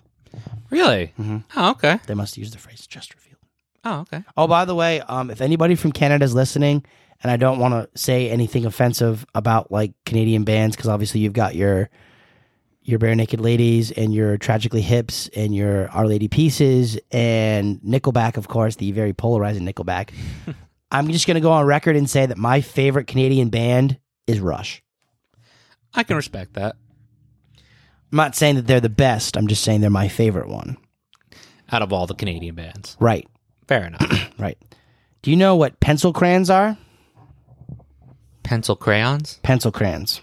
really. Mm-hmm. Oh, okay. They must use the phrase Chesterfield. Oh, okay. Oh, by the way, um, if anybody from Canada is listening, and I don't want to say anything offensive about like Canadian bands, because obviously you've got your your Bare Naked Ladies and your Tragically Hips and your Our Lady Pieces and Nickelback, of course, the very polarizing Nickelback. I'm just gonna go on record and say that my favorite Canadian band is Rush. I can respect that. I'm not saying that they're the best. I'm just saying they're my favorite one. Out of all the Canadian bands, Right, fair enough. right. Do you know what pencil crayons are? Pencil crayons. Pencil crayons.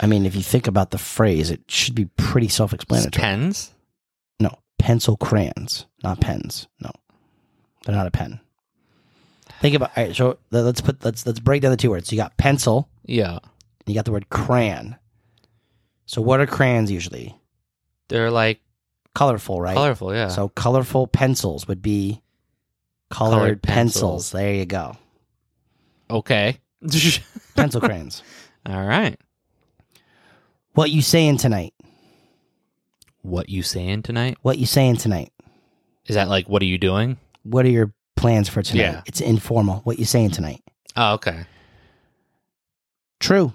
I mean, if you think about the phrase, it should be pretty self explanatory. Pens. no, pencil crayons, not pens. No, they're not a pen. Think about all right. So le- let's put let's let's break down the two words. So you got pencil Yeah. you got the word crayon. So what are crayons usually? They're like Colorful, right? colorful, yeah. So colorful pencils would be colored, Colored pencils. pencils. There you go. okay. Pencil crayons. All right. What you saying tonight? What you saying tonight? What you saying tonight? Is that like what are you doing? What are your plans for tonight? Yeah. It's informal. What you saying tonight? Oh, okay. True.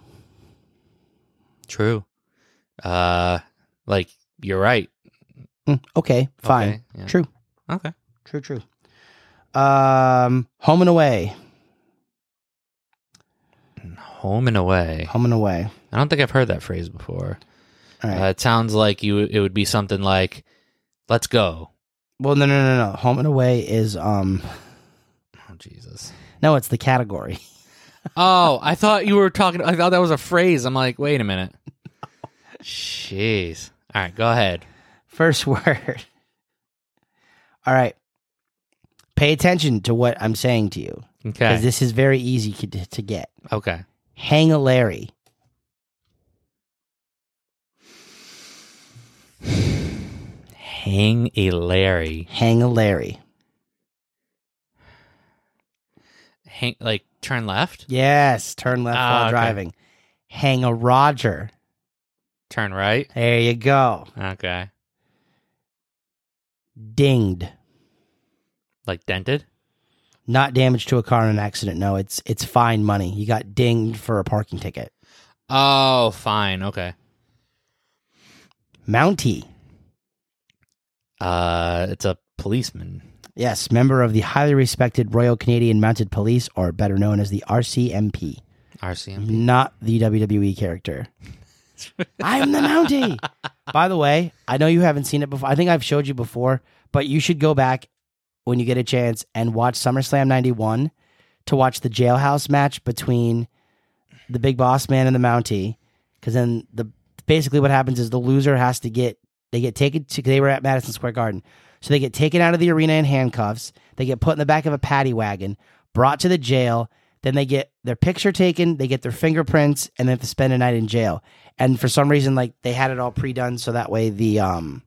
True. Uh like you're right. Mm, okay. Fine. Okay, yeah. True. Okay. True. True. Um, home and away. Home and away. Home and away. I don't think I've heard that phrase before. All right. Uh, it sounds like you it would be something like let's go. well, no, no, no, no. Home and away is um. Oh Jesus. No, it's the category. Oh, I thought you were talking I thought that was a phrase. I'm like, wait a minute. Jeez. All right, go ahead. First word. All right. Pay attention to what I'm saying to you Okay. because this is very easy c- to, to get. okay. Hang a Larry. Hang a Larry. Hang a Larry. Hang like turn left, Yes. Turn left Ah, while okay. driving. Hang a Roger. turn right. There you go. Okay. Dinged. Like dented. Not damage to a car in an accident. No, it's it's fine money. You got dinged for a parking ticket. Oh, fine. Okay. Mountie. Uh, it's a policeman. Yes, member of the highly respected Royal Canadian Mounted Police, or better known as the RCMP. RCMP. not the WWE character. I'm the Mountie. By the way, I know you haven't seen it before. I think I've showed you before, but you should go back when you get a chance and watch SummerSlam 91 to watch the jailhouse match between the Big Boss Man and the Mountie. Because then the basically what happens is the loser has to get they get taken to they were at Madison Square Garden, so they get taken out of the arena in handcuffs. They get put in the back of a paddy wagon, brought to the jail. Then they get their picture taken, they get their fingerprints, and they have to spend a night in jail. And for some reason, like they had it all pre-done, so that way the um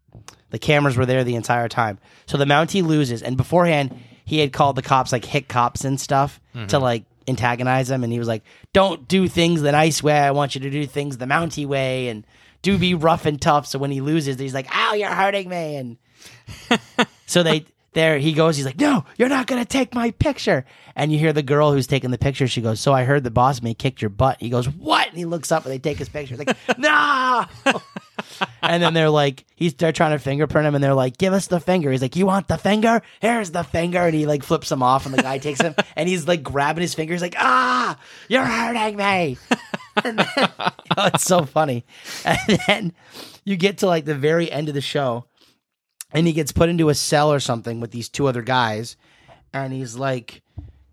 the cameras were there the entire time. So the Mountie loses, and beforehand he had called the cops like hit cops and stuff to like antagonize them, and he was like, "Don't do things the nice way. I want you to do things the Mountie way, and do be rough and tough." So when he loses, he's like, "Ow, you're hurting me," and so they there he goes. He's like, "No, you're not gonna take my picture." And you hear the girl who's taking the picture. She goes, "So I heard the boss man kicked your butt." He goes, "What?" And he looks up and they take his picture. He's like, "No." and then they're like, he's they're trying to fingerprint him, and they're like, "Give us the finger." He's like, "You want the finger? Here's the finger." And he like flips him off, and the guy takes him, and he's like grabbing his fingers, like, "Ah, you're hurting me." and then, oh, it's so funny. And then you get to like the very end of the show and he gets put into a cell or something with these two other guys and he's like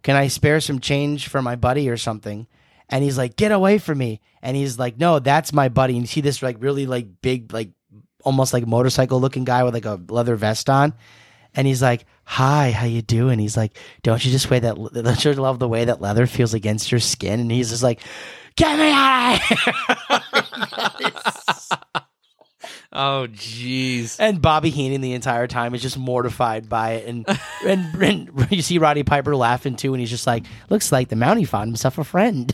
can i spare some change for my buddy or something and he's like get away from me and he's like no that's my buddy and you see this like really like big like almost like motorcycle looking guy with like a leather vest on and he's like hi how you doing he's like don't you just weigh that don't you love the way that leather feels against your skin and he's just like get me out of here Oh, jeez. And Bobby Heenan the entire time is just mortified by it, and and, and you see Roddy Piper laughing too, and he's just like, "Looks like the Mountie found himself a friend."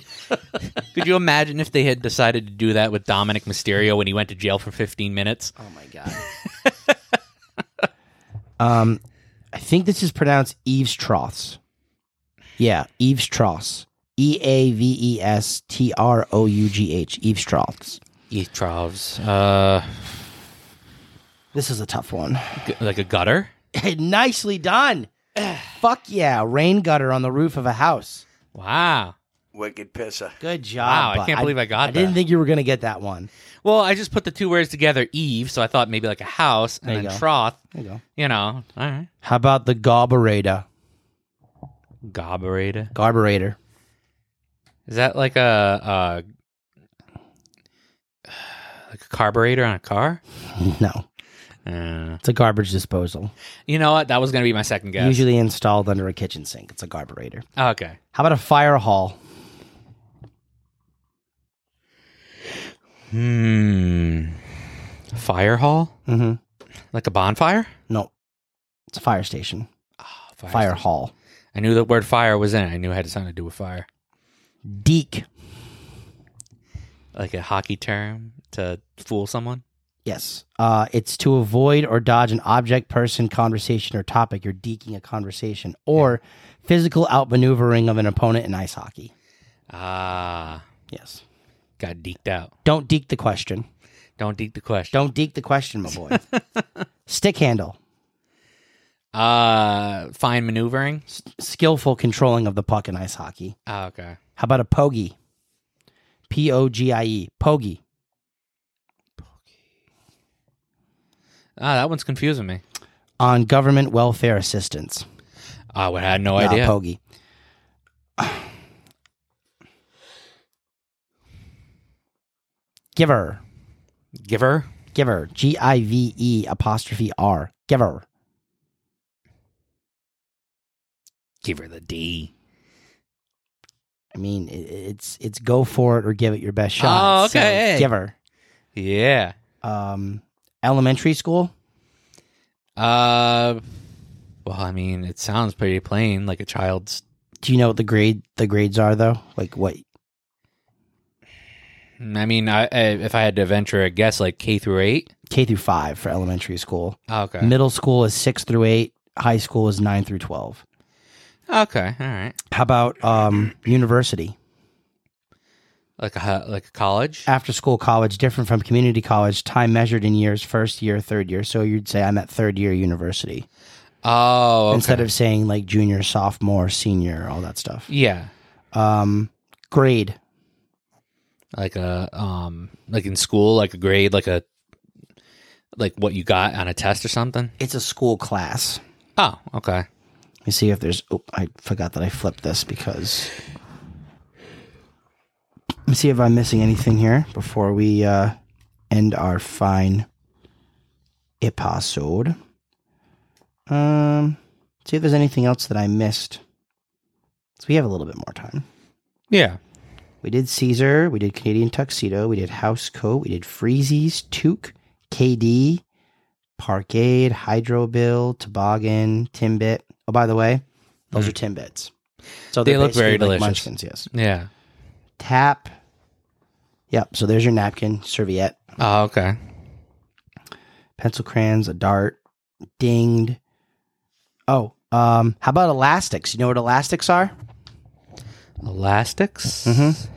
Could you imagine if they had decided to do that with Dominic Mysterio when he went to jail for 15 minutes? Oh my god. um, I think this is pronounced Eves Tross. Yeah, Eves Tross. E A V E S T R O U G H. Eves Tross. East Trovs. Uh, This is a tough one. g- like a gutter? Nicely done. Fuck yeah! Rain gutter on the roof of a house. Wow. Wicked pisser. Good job. Wow, I bud. can't believe I got Ah, I didn't that. think you were going to get that one. Well, I just put the two words together, Eve, so I thought maybe like a house and There you then go. troth. There you go. You know, all right. How about the carburetor? Gobberator. Carburetor. Is that like a, a like a carburetor on a car? No, Uh, it's a garbage disposal. you know what? That was going to be my second guess. Oh, Usually installed under a kitchen sink. It's a carburetor. Okay. How about a fire hall? Hmm. Fire hall? Mm-hmm. Like a bonfire? No, it's a fire station, Oh, fire hall. I knew the word fire was in it. I knew it had something to do with fire. Deek. Like a hockey term to fool someone? Yes. Uh, it's to avoid or dodge an object, person, conversation, or topic. You're deking a conversation or physical outmaneuvering of an opponent in ice hockey. Ah. Yes. Got deked out. Don't deek the question. Don't deke the question. Don't deek the question, my boy. Stick handle. Uh, fine maneuvering? Skillful controlling of the puck in ice hockey. Oh, okay. How about a pogie? P O G I E. Pogie. Ah, that one's confusing me. On government welfare assistance. Ah, I would had no Nah, idea. Pogie. Giver. Giver? Giver. G I V E apostrophe R. Giver. Give her the D. I mean, i- it's it's go for it or give it your best shot. Oh, okay. So, giver. Yeah. Um, elementary school. Uh, well, I mean, it sounds pretty plain, like a child's. Do you know what the grade the grades are though? Like what? I mean, I, I, if I had to venture a guess, like K through eight. K through five for elementary school. Oh, Okay. Middle school is six through eight. High school is nine through twelve. okay. All right. How about um, university? Like a ho- like a college. after school college different from community college time measured in years first year third year so you'd say i'm at third year university Oh, okay. instead of saying like junior sophomore senior all that stuff yeah, um grade like a um, like in school, like a grade, like a like what you got on a test or something. it's a school class Oh, okay. let me see if there's oh i forgot that i flipped this because let me see if i'm missing anything here before we uh end our fine episode um see if there's anything else that i missed so we have a little bit more time Yeah. We did Caesar. We did Canadian Tuxedo. We did House Coat. We did Freezies, Toque, KD, Parkade, Hydro Bill, Toboggan, Timbit. Oh, by the way, those are Timbits. So Mm. They they're look very basically delicious. Munchkins, yes. Yeah. Tap. Yep. So there's your napkin, serviette, Oh, okay. pencil crayons, a dart, dinged. Oh, um, how about elastics? You know what elastics are? Elastics. Mm-hmm.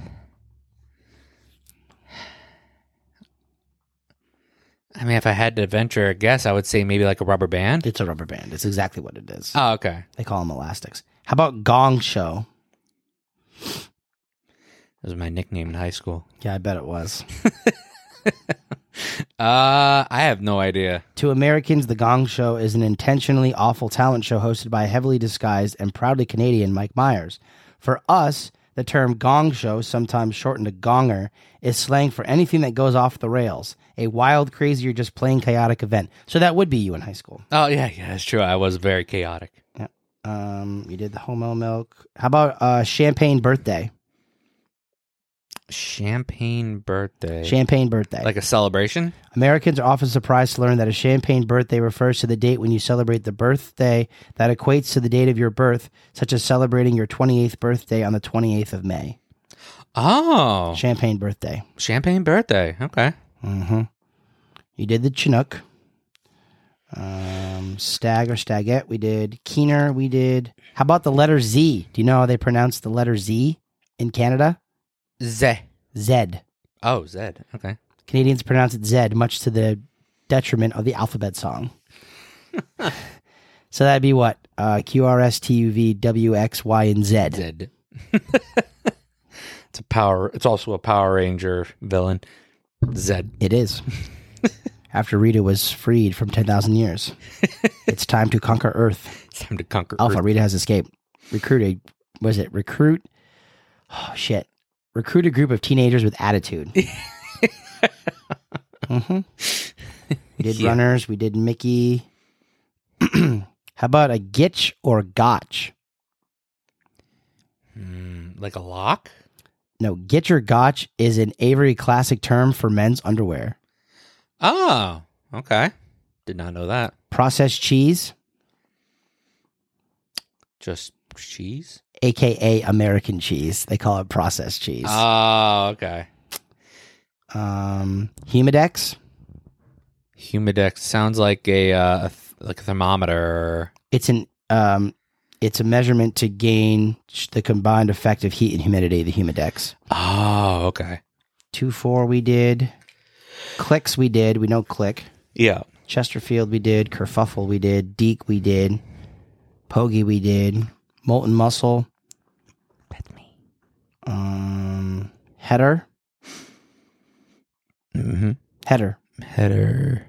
I mean, if I had to venture a guess, I would say maybe like a rubber band. It's a rubber band. It's exactly what it is. Oh, okay. They call them elastics. How about gong show? That was my nickname in high school. Yeah, I bet it was. Uh, I have no idea. To Americans, The Gong Show is an intentionally awful talent show hosted by a heavily disguised and proudly Canadian Mike Myers. For us, the term gong show, sometimes shortened to gonger, is slang for anything that goes off the rails, a wild, crazy, or just plain chaotic event. So that would be you in high school. Oh yeah, yeah, that's true. I was very chaotic. Um, you did the whole milk. How about uh, champagne birthday? Champagne birthday, Champagne birthday. like a celebration. Americans are often surprised to learn that a champagne birthday refers to the date when you celebrate the birthday that equates to the date of your birth, such as celebrating your 28th birthday on the 28th of May. Oh, Champagne birthday. champagne birthday. Okay. hmm You did the Chinook, um, Stag or Stagette. We did Keener. We did. How about the letter Z? Do you know how they pronounce the letter Z in Canada? Z. Zed. Oh, Zed. Okay. Canadians pronounce it Zed, much to the detriment of the alphabet song. so that'd be what? Uh, Q R S T U V W X Y and Z. Zed. it's a power. It's also a Power Ranger villain. Zed. It is. After Rita was freed from 10,000 years, it's time to conquer Earth. It's time to conquer. Alpha, Earth. Rita has escaped. Recruit a, was it recruit? Oh, shit. Recruit a group of teenagers with attitude. hmm We did Yeah. runners. We did Mickey. How about a gitch or gotch? Hmm, like a lock. No, get your gotch is an Avery classic term for men's underwear. Oh, okay. Did not know that. Processed cheese, Just cheese. aka American cheese. They call it processed cheese. Oh, okay. um, Humidex. Humidex sounds like a, uh, a th- like a thermometer. It's an um, it's a measurement to gain sh- the combined effect of heat and humidity. The Humidex. Oh, okay. Two four we did. Clicks we did. We know click. Yeah. Chesterfield we did, Kerfuffle we did, Deke we did, Pogie we did, Molten Muscle. That's me. Um, header, hmm header, Header.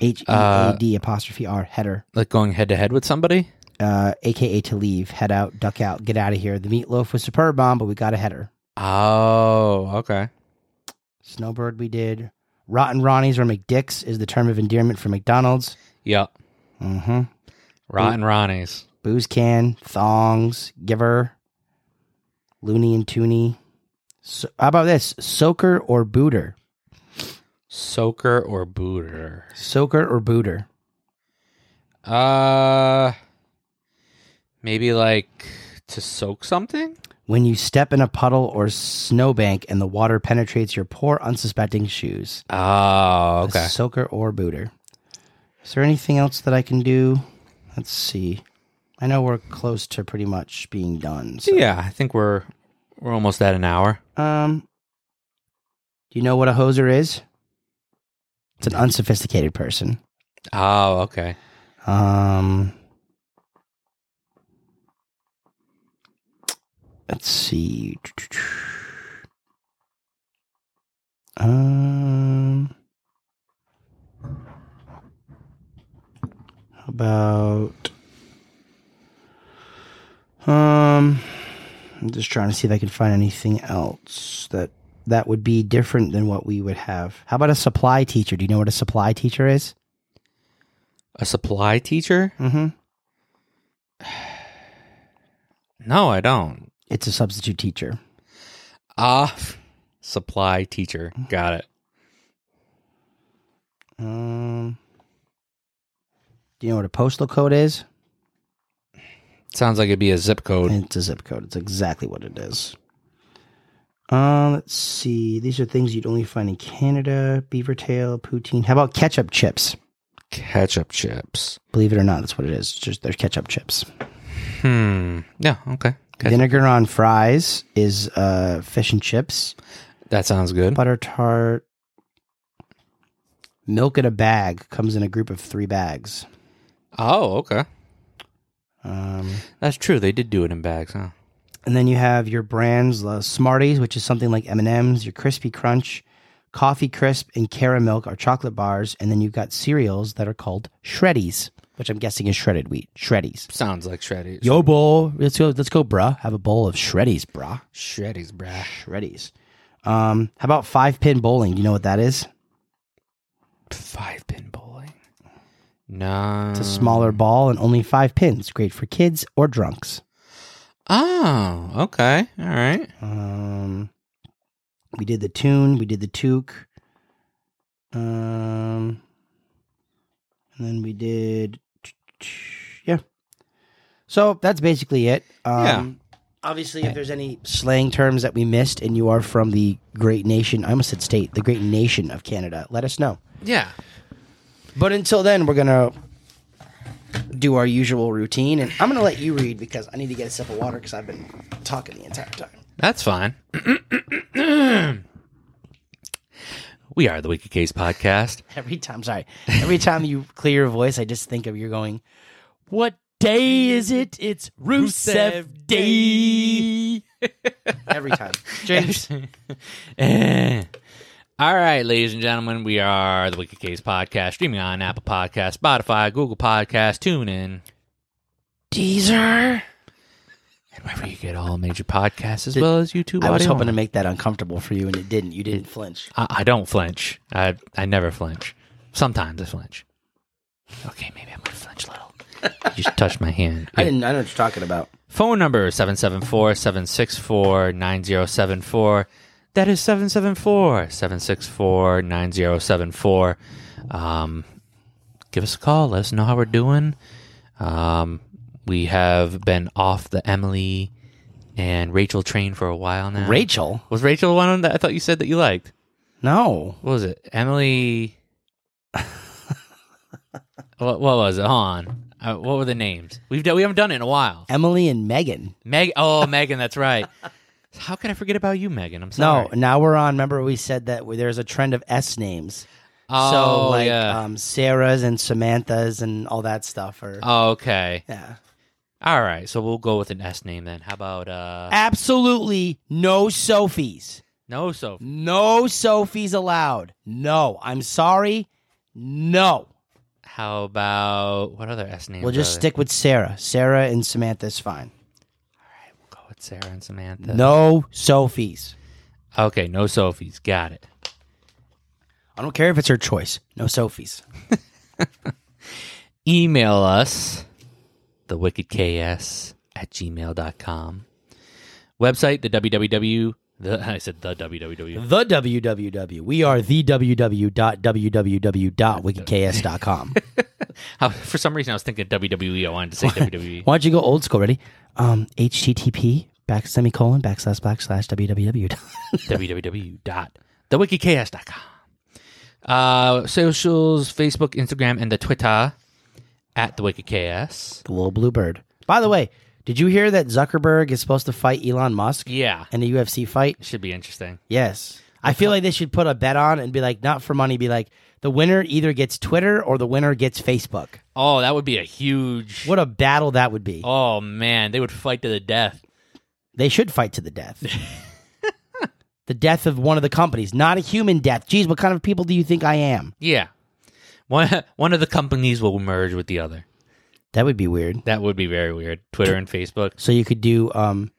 H E A D apostrophe R header, Like going head to head with somebody? uh, aka to leave, head out, duck out, get out of here. The meatloaf was superb bomb, but we got a header. Oh, okay. Snowbird we did. Rotten Ronnie's or McDick's is the term of endearment for McDonald's. Yeah. Mm-hmm. Rotten Ronnie's. Booze can, thongs, giver, loony and toony. So, how about this? Soaker or booter? Soaker or booter? Soaker or booter? Uh, maybe like to soak something? When you step in a puddle or snowbank and the water penetrates your poor, unsuspecting shoes. Oh, A soaker or booter. Is there anything else that I can do? Let's see. I know we're close to pretty much being done. So. Yeah, I think we're we're almost at an hour. Um, do you know what a hoser is? It's an unsophisticated person. Oh, okay. Um, let's see. Um, how about um, I'm just trying to see if I can find anything else that that would be different than what we would have. How about a supply teacher? Do you know what a supply teacher is? A supply teacher? Mm-hmm. No, I don't. It's a substitute teacher. Ah, supply teacher. Got it. Um, do you know what a postal code is? Sounds like it'd be a zip code. It's a zip code. It's exactly what it is. Uh, let's see. These are things you'd only find in Canada. Beaver tail, poutine. How about ketchup chips? Ketchup chips. Believe it or not, that's what it is. It's just they're ketchup chips. Hmm. Yeah. Okay. Ketchup. Vinegar on fries is uh, fish and chips. That sounds good. Butter tart. Milk in a bag comes in a group of three bags. Oh, okay. Um, That's true. They did do it in bags, huh? And then you have your brands, uh, Smarties, which is something like M&M's, your Crispy Crunch, Coffee Crisp, and Caramilk are chocolate bars. And then you've got cereals that are called Shreddies, which I'm guessing is shredded wheat. Shreddies. Sounds like Shreddies. Yo, bowl. Let's go, let's go, bruh. Have a bowl of Shreddies, bruh. Shreddies, bruh. Shreddies. Um, how about five pin bowling? Do you know what that is? Five pin bowling. No. It's a smaller ball and only five pins. Great for kids or drunks. Oh, okay. All right. Um, we did the tune, we did the toque, um, and then we did yeah. So that's basically it. Um, Obviously, if there's any slang terms that we missed, and you are from the great nation, I almost said state, the great nation of Canada, let us know. Yeah. But until then, we're gonna do our usual routine, and I'm gonna let you read because I need to get a sip of water because I've been talking the entire time. That's fine. we are the Wicked Case Podcast. Every time, sorry. Every time you clear your voice, I just think of you going, "What day is it? It's Rusev Day." Every time, James. Eh. All right, ladies and gentlemen, we are the Wicked Case Podcast, streaming on Apple Podcast, Spotify, Google Podcast, TuneIn, Deezer, and wherever you get all major podcasts as well as YouTube. I was audio. hoping to make that uncomfortable for you, and it didn't. You didn't flinch. I, I don't flinch. I I never flinch. Sometimes I flinch. Okay, maybe I'm gonna flinch a little. You just touched my hand. I didn't. I know what you're talking about. Phone number 774 764 9074. That is 774 764 9074. Um, give us a call. Let us know how we're doing. Um, we have been off the Emily and Rachel train for a while Mm. now. Rachel? Was Rachel the one that I thought you said that you liked? No. What was it? Emily. what, what was it? Hold on. Uh, what were the names? We've done, we haven't done it in a while. Emily and Megan. Meg. Oh, Megan. That's right. How could I forget about you, Megan? I'm sorry. No, now we're on. Remember, we said that there's a trend of S names. Oh, so, like yeah. um, Sarah's and Samantha's and all that stuff. Or, Oh, okay. yeah. All right. So we'll go with an S name then. How about uh? Absolutely no Sophies. no, Sophie. No Sophies allowed. No. I'm sorry. No. How about what other S names? We'll just are stick with Sarah. Sarah and Samantha is fine. there? Go with Sarah and Samantha. No Sophies. Okay. No Sophies. Got it. I don't care if it's her choice. No Sophies. email us thewickedks at gmail.com website the www the, i said the www The www. We are the www.www.wickedks.com. How- for some reason i was thinking wwe i wanted to say E. wwe Why don't you go old school? Ready? Um, HTTP back semicolon backslash backslash www. www.thewikicast.com. Uh, socials Facebook, Instagram, and the Twitter at the WickedKS. the little blue bird. By the way, did you hear that Zuckerberg is supposed to fight Elon Musk Yeah. in a UFC fight? Should be interesting. Yes. I feel like they should put a bet on and be like, not for money, be like, the winner either gets Twitter or the winner gets Facebook. Oh, that would be a huge. What a battle that would be. Oh, man. They would fight to the death. They should fight to the death. the death of one of the companies, not a human death. Geez, what kind of people do you think I am? Yeah. One, one of the companies will merge with the other. That would be weird. That would be very weird. Twitter and Facebook. So you could do um,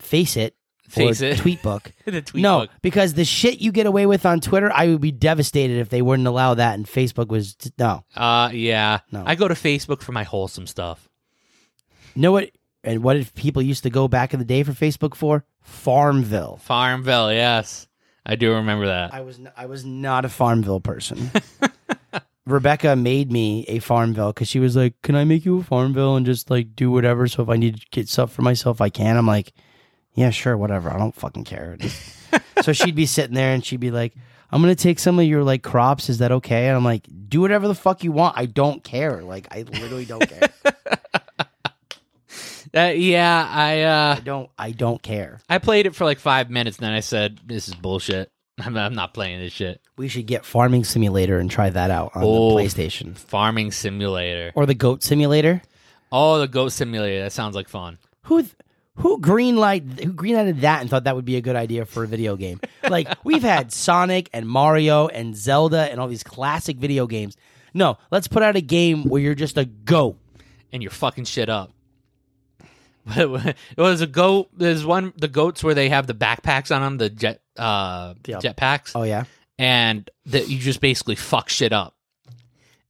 Face It Face or it. Tweetbook. the tweet no, book. because the shit you get away with on Twitter, I would be devastated if they wouldn't allow that and Facebook was no. Uh, yeah. No. I go to Facebook for my wholesome stuff. You know what and what if people used to go back in the day for Facebook for? Farmville. Farmville, yes. I do remember that. I was n- I was not a Farmville person. Rebecca made me a Farmville because she was like, "Can I make you a Farmville and just like do whatever? So if I need to get stuff for myself, I can." I'm like, "Yeah, sure, whatever. I don't fucking care." so she'd be sitting there and she'd be like, "I'm gonna take some of your like crops. Is that okay?" And I'm like, "Do whatever the fuck you want. I don't care. Like, I literally don't care. Uh, yeah, I uh, I don't. I don't care. I played it for like five minutes, and then I said, "This is bullshit. I'm, I'm not playing this shit." We should get Farming Simulator and try that out on Oh. the PlayStation Farming Simulator. or the Goat Simulator." Oh, the Goat Simulator. That sounds like fun. who th- who greenlight who greenlighted that and thought that would be a good idea for a video game? like we've had Sonic and Mario and Zelda and all these classic video games. No, let's put out a game where you're just a goat. And you're fucking shit up. it was a goat. There's one the goats where they have the backpacks on them, the jet uh, Yeah. jetpacks, Oh yeah, and that you just basically fuck shit up.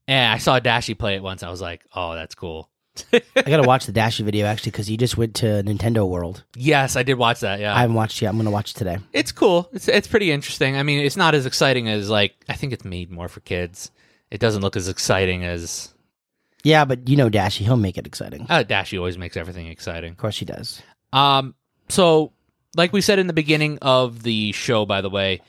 And I saw Dashi play it once. I was like, "Oh, that's cool." I gotta watch the Dashi video actually because he just went to Nintendo World. Yes, I did watch that. Yeah, I haven't watched it yet. I'm gonna watch it today. it's cool. It's it's pretty interesting. I mean, it's not as exciting as like I think it's made more for kids. It doesn't look as exciting as Yeah, but you know Dashi, he'll make it exciting. Of uh, Dashi always makes everything exciting. course he does. Um, so like we said in the beginning of the show, by the way,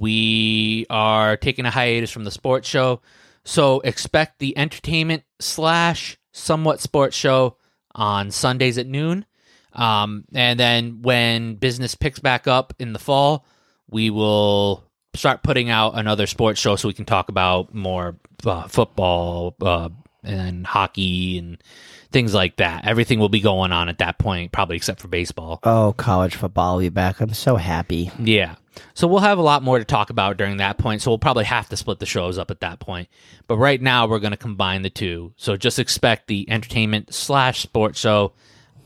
we are taking a hiatus from the sports show, so expect the entertainment slash somewhat sports show on Sundays at noon. Um, and then when business picks back up in the fall, we will start putting out another sports show so we can talk about more uh, football uh, and hockey and things like that. Everything will be going on at that point, probably except for baseball. Oh, college football will be back. I'm so happy. Yeah. So we'll have a lot more to talk about during that point. So we'll probably have to split the shows up at that point. But right now we're going to combine the two. So just expect the entertainment slash sports show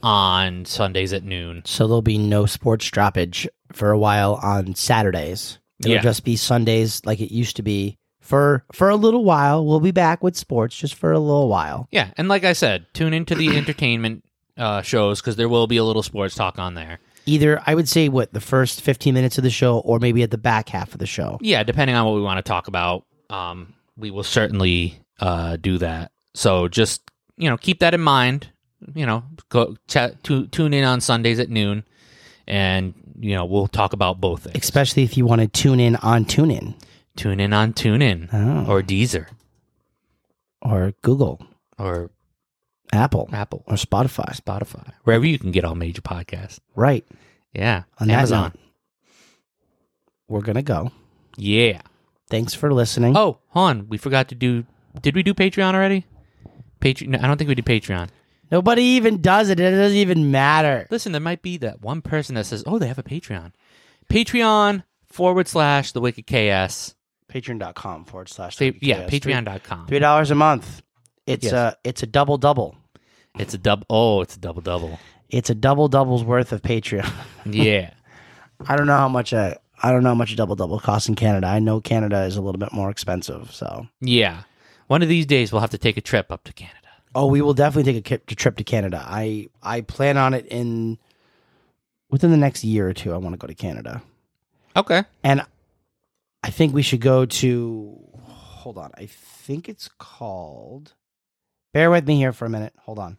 on Sundays at noon. So there'll be no sports droppage for a while on Saturdays. It'll Yeah. just be Sundays like it used to be for for a little while. We'll be back with sports just for a little while. Yeah, and like I said, tune into the entertainment uh, shows because there will be a little sports talk on there. Either I would say what the first 15 minutes of the show, or maybe at the back half of the show. Yeah, depending on what we want to talk about, um, we will certainly uh, do that. So just you know, keep that in mind. You know, go chat, tu- tune in on Sundays at noon, and you know we'll talk about both things. Especially if you want to tune in on TuneIn tune in on TuneIn Oh. or Deezer or Google, or Apple, Apple or Spotify. Spotify, wherever you can get all major podcasts. Right. Yeah, On that Amazon. note, we're gonna go. Yeah. Thanks for listening. Oh, hon, we forgot to do. Did we do Patreon already? Patreon. No, I don't think we did Patreon. Nobody even does it. It doesn't even matter. Listen, there might be that one person that says, "Oh, they have a Patreon." Patreon forward slash the Wicked KS. Patreon.com forward slash. Fa- yeah, WKS. Patreon.com. Three dollars a month. It's Yes. a it's a double double. It's a double. Oh, it's a double double. It's a double double's worth of Patreon. Yeah. I don't know how much a I don't know how much a double double costs in Canada. I know Canada is a little bit more expensive. So yeah. One of these days, we'll have to take a trip up to Canada. oh, we will definitely take a ki- a trip to Canada. I I plan on it in within the next year or two. I want to go to Canada. Okay. And I think we should go to hold on. I think it's called Bear with me here for a minute. Hold on.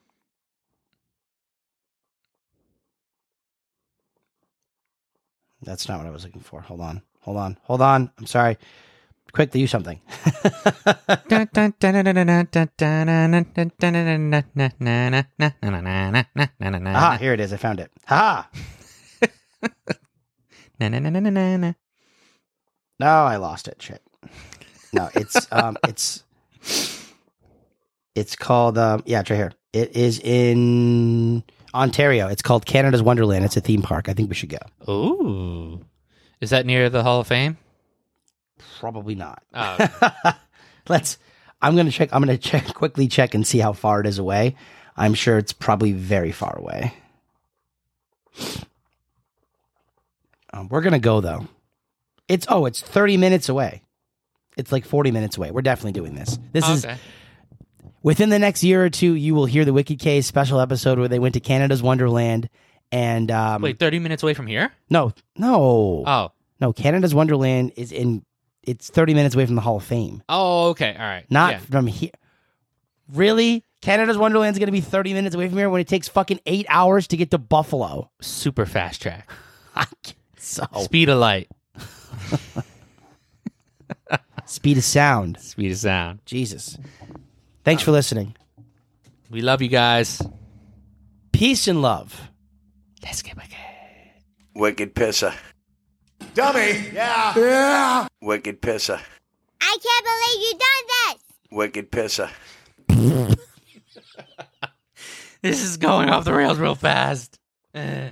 That's not what I was looking for. Hold on. Hold on. Hold on. I'm sorry. Quick, do something. ah, here it is. I found it. Ha! No, I lost it. Shit. No, it's um, it's it's called um, yeah, it's right here. It is in Ontario. It's called Canada's Wonderland. It's a theme park. I think we should go. Ooh. Is that near the Hall of Fame? Probably not. Oh, Let's. I'm gonna check. I'm gonna check quickly check and see how far it is away. I'm sure it's probably very far away. Um, we're gonna go though. It's oh, it's 30 minutes away. It's like 40 minutes away. We're definitely doing this. This is okay. within the next year or two. You will hear the Wiki Case special episode where they went to Canada's Wonderland and um, Wait, 30 minutes away from here? no, no, Oh. no. Canada's Wonderland is in. It's 30 minutes away from the Hall of Fame. Oh, okay. All right. Not Yeah. from here. Really? Canada's Wonderland's going to be 30 minutes away from here when it takes fucking eight hours to get to Buffalo. super fast track. I can't- so Speed of light. speed of sound. Speed of sound. Jesus. Thanks for listening. We love you guys. Peace and love. Let's get back. Wicked pisser. Dummy! Yeah. Yeah. Wicked pisser. I can't believe you done this! Wicked pisser. This is going off the rails real fast. Eh.